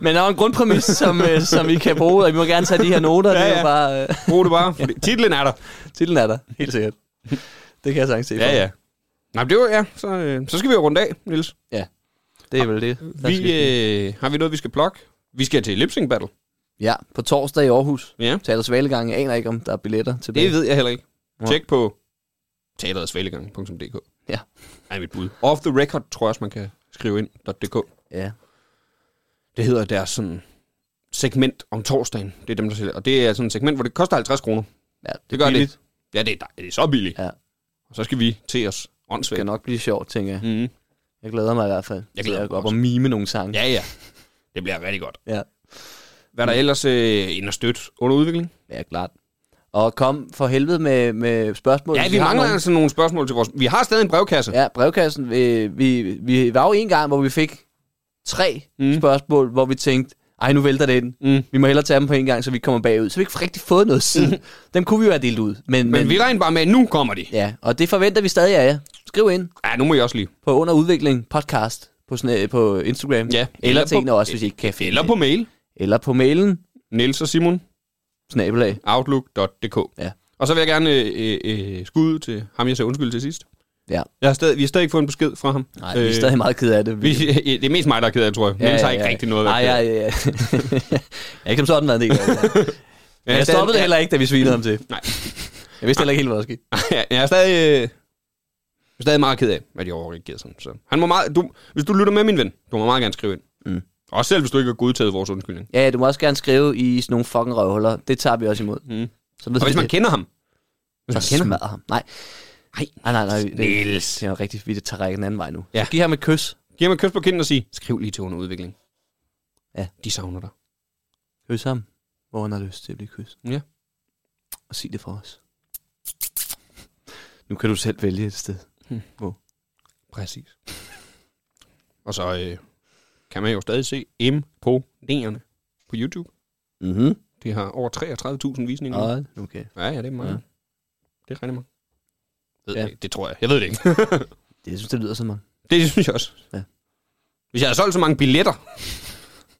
S3: Men der er jo en grundpræmis, som, øh, som I kan bruge, og I må gerne tage de her noter. Ja,
S4: Ja,
S3: ja. Det er jo bare...
S4: ja.
S3: Øh,
S4: Brug det bare, for titlen
S3: [laughs]
S4: er der.
S3: titlen er der, helt sikkert. Det kan jeg sagtens se. for
S4: Ja, ja. Nej, men det var, ja, så, øh, så skal vi jo runde af, Niels.
S3: mig. Det er vel det. der
S4: Vi,
S3: skal ske.
S4: øh, har vi noget, vi skal plukke? Vi skal til Lip Sync Battle.
S3: Ja, på torsdag i Aarhus.
S4: Ja,
S3: Teater Svalegange aner ikke, om der er billetter tilbage.
S4: det ved jeg heller ikke.
S3: Nå.
S4: Tjek på teateretsvælgegang.dk.
S3: Ja.
S4: Er mit bud. Off the record, tror jeg også, man kan skrive ind. .dk.
S3: Ja.
S4: Det hedder deres sådan segment om torsdagen. Det er dem, der sælger. Og det er sådan et segment, hvor det koster 50 kroner.
S3: ja, det,
S4: Det gør
S3: billigt.
S4: det. Ja, det er, dej- det er så billigt.
S3: Ja.
S4: Og så skal vi til os
S3: Det
S4: åndssvagt.
S3: skal nok blive sjovt, tænker jeg.
S4: Mm.
S3: Jeg glæder mig i hvert fald.
S4: Jeg glæder
S3: til at
S4: mig
S3: gå op
S4: også.
S3: og mime nogle sange.
S4: Ja, ja. Det bliver rigtig godt.
S3: ja.
S4: Hvad er
S3: Mm.
S4: der ellers øh, ind og støtte under udvikling?
S3: Ja, klart. Og kom for helvede med, med spørgsmål.
S4: Ja,
S3: hvis
S4: vi
S3: I har
S4: mangler
S3: nogen.
S4: altså nogle spørgsmål til vores... Vi har stadig en brevkasse.
S3: Ja, brevkassen. Vi, vi, vi var jo en gang, hvor vi fik tre
S4: Mm.
S3: mm. spørgsmål, hvor vi tænkte, ej, nu vælter det ind.
S4: Mm.
S3: Vi må hellere tage dem på en gang, så vi ikke kommer bagud. Så vi ikke rigtig fået noget siden. Mm. Dem kunne vi jo have delt ud. Men, men,
S4: Men vi regner bare med, at nu kommer de.
S3: Ja, og det forventer vi stadig af jer. Skriv ind
S4: Ja, nu må I også lige.
S3: på Under Udvikling Podcast på, sådan, øh, på Instagram.
S4: Ja, eller
S3: eller til
S4: på-
S3: en af os, hvis I ikke kan finde
S4: Eller
S3: det.
S4: på mail.
S3: Eller på mailen,
S4: Niels og Simon.
S3: snabelag.
S4: Outlook.dk.
S3: Ja.
S4: Og så vil jeg gerne øh, øh, skud til ham, jeg sagde undskyld til sidst.
S3: Ja.
S4: Jeg har stadig, vi har stadig ikke fået en besked fra ham.
S3: Nej, øh, vi er stadig meget ked af det.
S4: vi, [laughs] det er mest mig, der er ked af, det, tror jeg. Ja, Niels har ikke rigtig noget. at
S3: Nej,
S4: være ked
S3: ja, ja.
S4: af.
S3: ja. [laughs] jeg har ikke som sådan været en del af det. Men [laughs]
S4: Ja,
S3: jeg stoppede det
S4: stadig-
S3: heller ikke, da vi svinede ham til.
S4: Nej.
S3: Jeg vidste heller ikke helt, hvad der skete.
S4: [laughs] Ja, jeg er stadig, øh, jeg er stadig meget ked af, at jeg overreagerede sådan. Så. Han må meget, du, hvis du lytter med, min ven, du må meget gerne skrive ind.
S3: Mm.
S4: Også selv, hvis du ikke har godtaget vores undskyldning.
S3: Ja, du må også gerne skrive i sådan nogle fucking røvhuller. Det tager vi også imod.
S4: Mm.
S3: Så ved
S4: Og hvis man kender ham. Hvis man kender ham.
S3: smadrer ham. Nej. Nej, nej, nej. nej det, det, er jo rigtigt, vi tager rækken den anden vej nu.
S4: Ja.
S3: Så giv ham et kys.
S4: Giv ham et kys på kinden og sig, skriv lige til under udvikling.
S3: Ja.
S4: De savner dig.
S3: Kys ham, hvor han har lyst til at blive kysset.
S4: Ja.
S3: Og sig det for os. Nu kan du selv vælge et sted.
S4: Præcis. og så øh, kan man jo stadig se imponerende på YouTube.
S3: Mhm.
S4: Det har over 33.000 visninger.
S3: Hold nu okay.
S4: Ja, ja, det er meget.
S3: Ja.
S4: Det er rigtig meget. Ved
S3: Ja.
S4: jeg ikke. Det tror jeg. Jeg ved det ikke. [laughs]
S3: Det jeg synes det lyder så meget.
S4: Det synes jeg også. Ja.
S3: Ja.
S4: Hvis jeg havde solgt så mange billetter,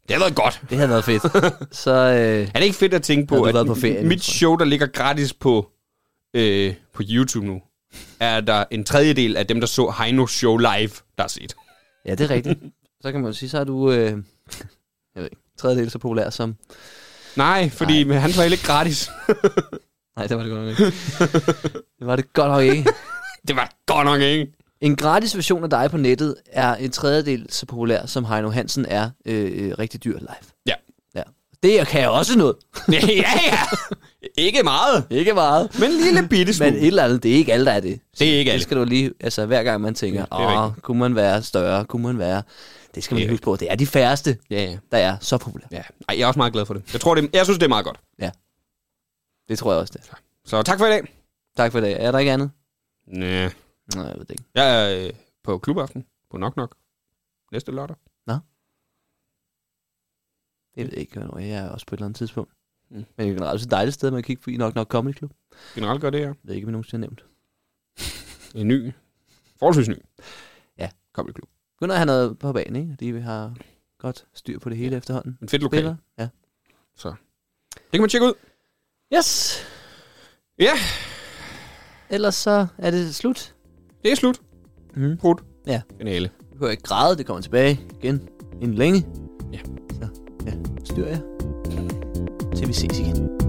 S4: det havde været godt.
S3: Det havde været [laughs] fedt. så øh,
S4: Er det ikke fedt at tænke
S3: Havde
S4: på,
S3: du
S4: at
S3: været på ferie nu,
S4: mit
S3: tror jeg?
S4: show, der ligger gratis på, øh, på YouTube nu, er der en tredjedel af dem, der så Heinos show live, der har set.
S3: ja, det er rigtigt. Så kan man jo sige, så er du... Øh, jeg ved ikke, tredjedel så populær som...
S4: Nej, fordi Nej. han var heller ikke gratis.
S3: Nej, det var det godt nok ikke. det var det godt nok ikke.
S4: [laughs] Det var godt nok ikke.
S3: En gratis version af dig på nettet er en tredjedel så populær, som Heino Hansen er øh, øh, rigtig dyr live.
S4: Ja. [laughs]
S3: ja. Det kan jeg også noget.
S4: ja, ja. Ikke meget,
S3: Ikke meget.
S4: men en lille bitte smule.
S3: Men et eller andet, det er ikke alt, der er det.
S4: Det er ikke
S3: Det
S4: alt.
S3: skal du lige, altså hver gang man tænker,
S4: Ja, det er
S3: åh, kunne man være større, kunne man være... Det skal
S4: Det
S3: man
S4: er
S3: huske på. Det er de færreste,
S4: Ja, ja.
S3: der er så populære.
S4: ja. Ej, jeg er også meget glad for det. Jeg, tror, det, jeg synes, det er meget godt.
S3: Det tror jeg også, det er.
S4: Så tak for i dag.
S3: Tak for det. Er der ikke andet?
S4: Næh.
S3: Nej, jeg ved det ikke.
S4: Jeg er øh, på klubaften på Nok Nok næste lørdag.
S3: Jeg ved ikke, hvornår jeg er også på et eller andet tidspunkt.
S4: Mm.
S3: Mm. Men det er generelt også et dejligt sted, man kan kigge på i nok nok Comedy Club.
S4: Generelt gør det her.
S3: Jeg ved ikke, om jeg nogensinde har nævnt.
S4: En ny, forholdsvis ny.
S3: Ja.
S4: Comedy Club.
S3: Begynder at have noget på banen, ikke? De har godt styr på det hele ja. efterhånden.
S4: En fedt lokal.
S3: Spiller. Ja.
S4: Det kan man tjekke ud.
S3: Yes!
S4: Ja,
S3: Ellers så er det slut.
S4: det er slut.
S3: Mm.
S4: Brudt.
S3: Ja.
S4: Finale.
S3: Du behøver ikke græde, det kommer tilbage igen inden længe.
S4: Ja.
S3: Så ja, styr jer. Til vi ses igen.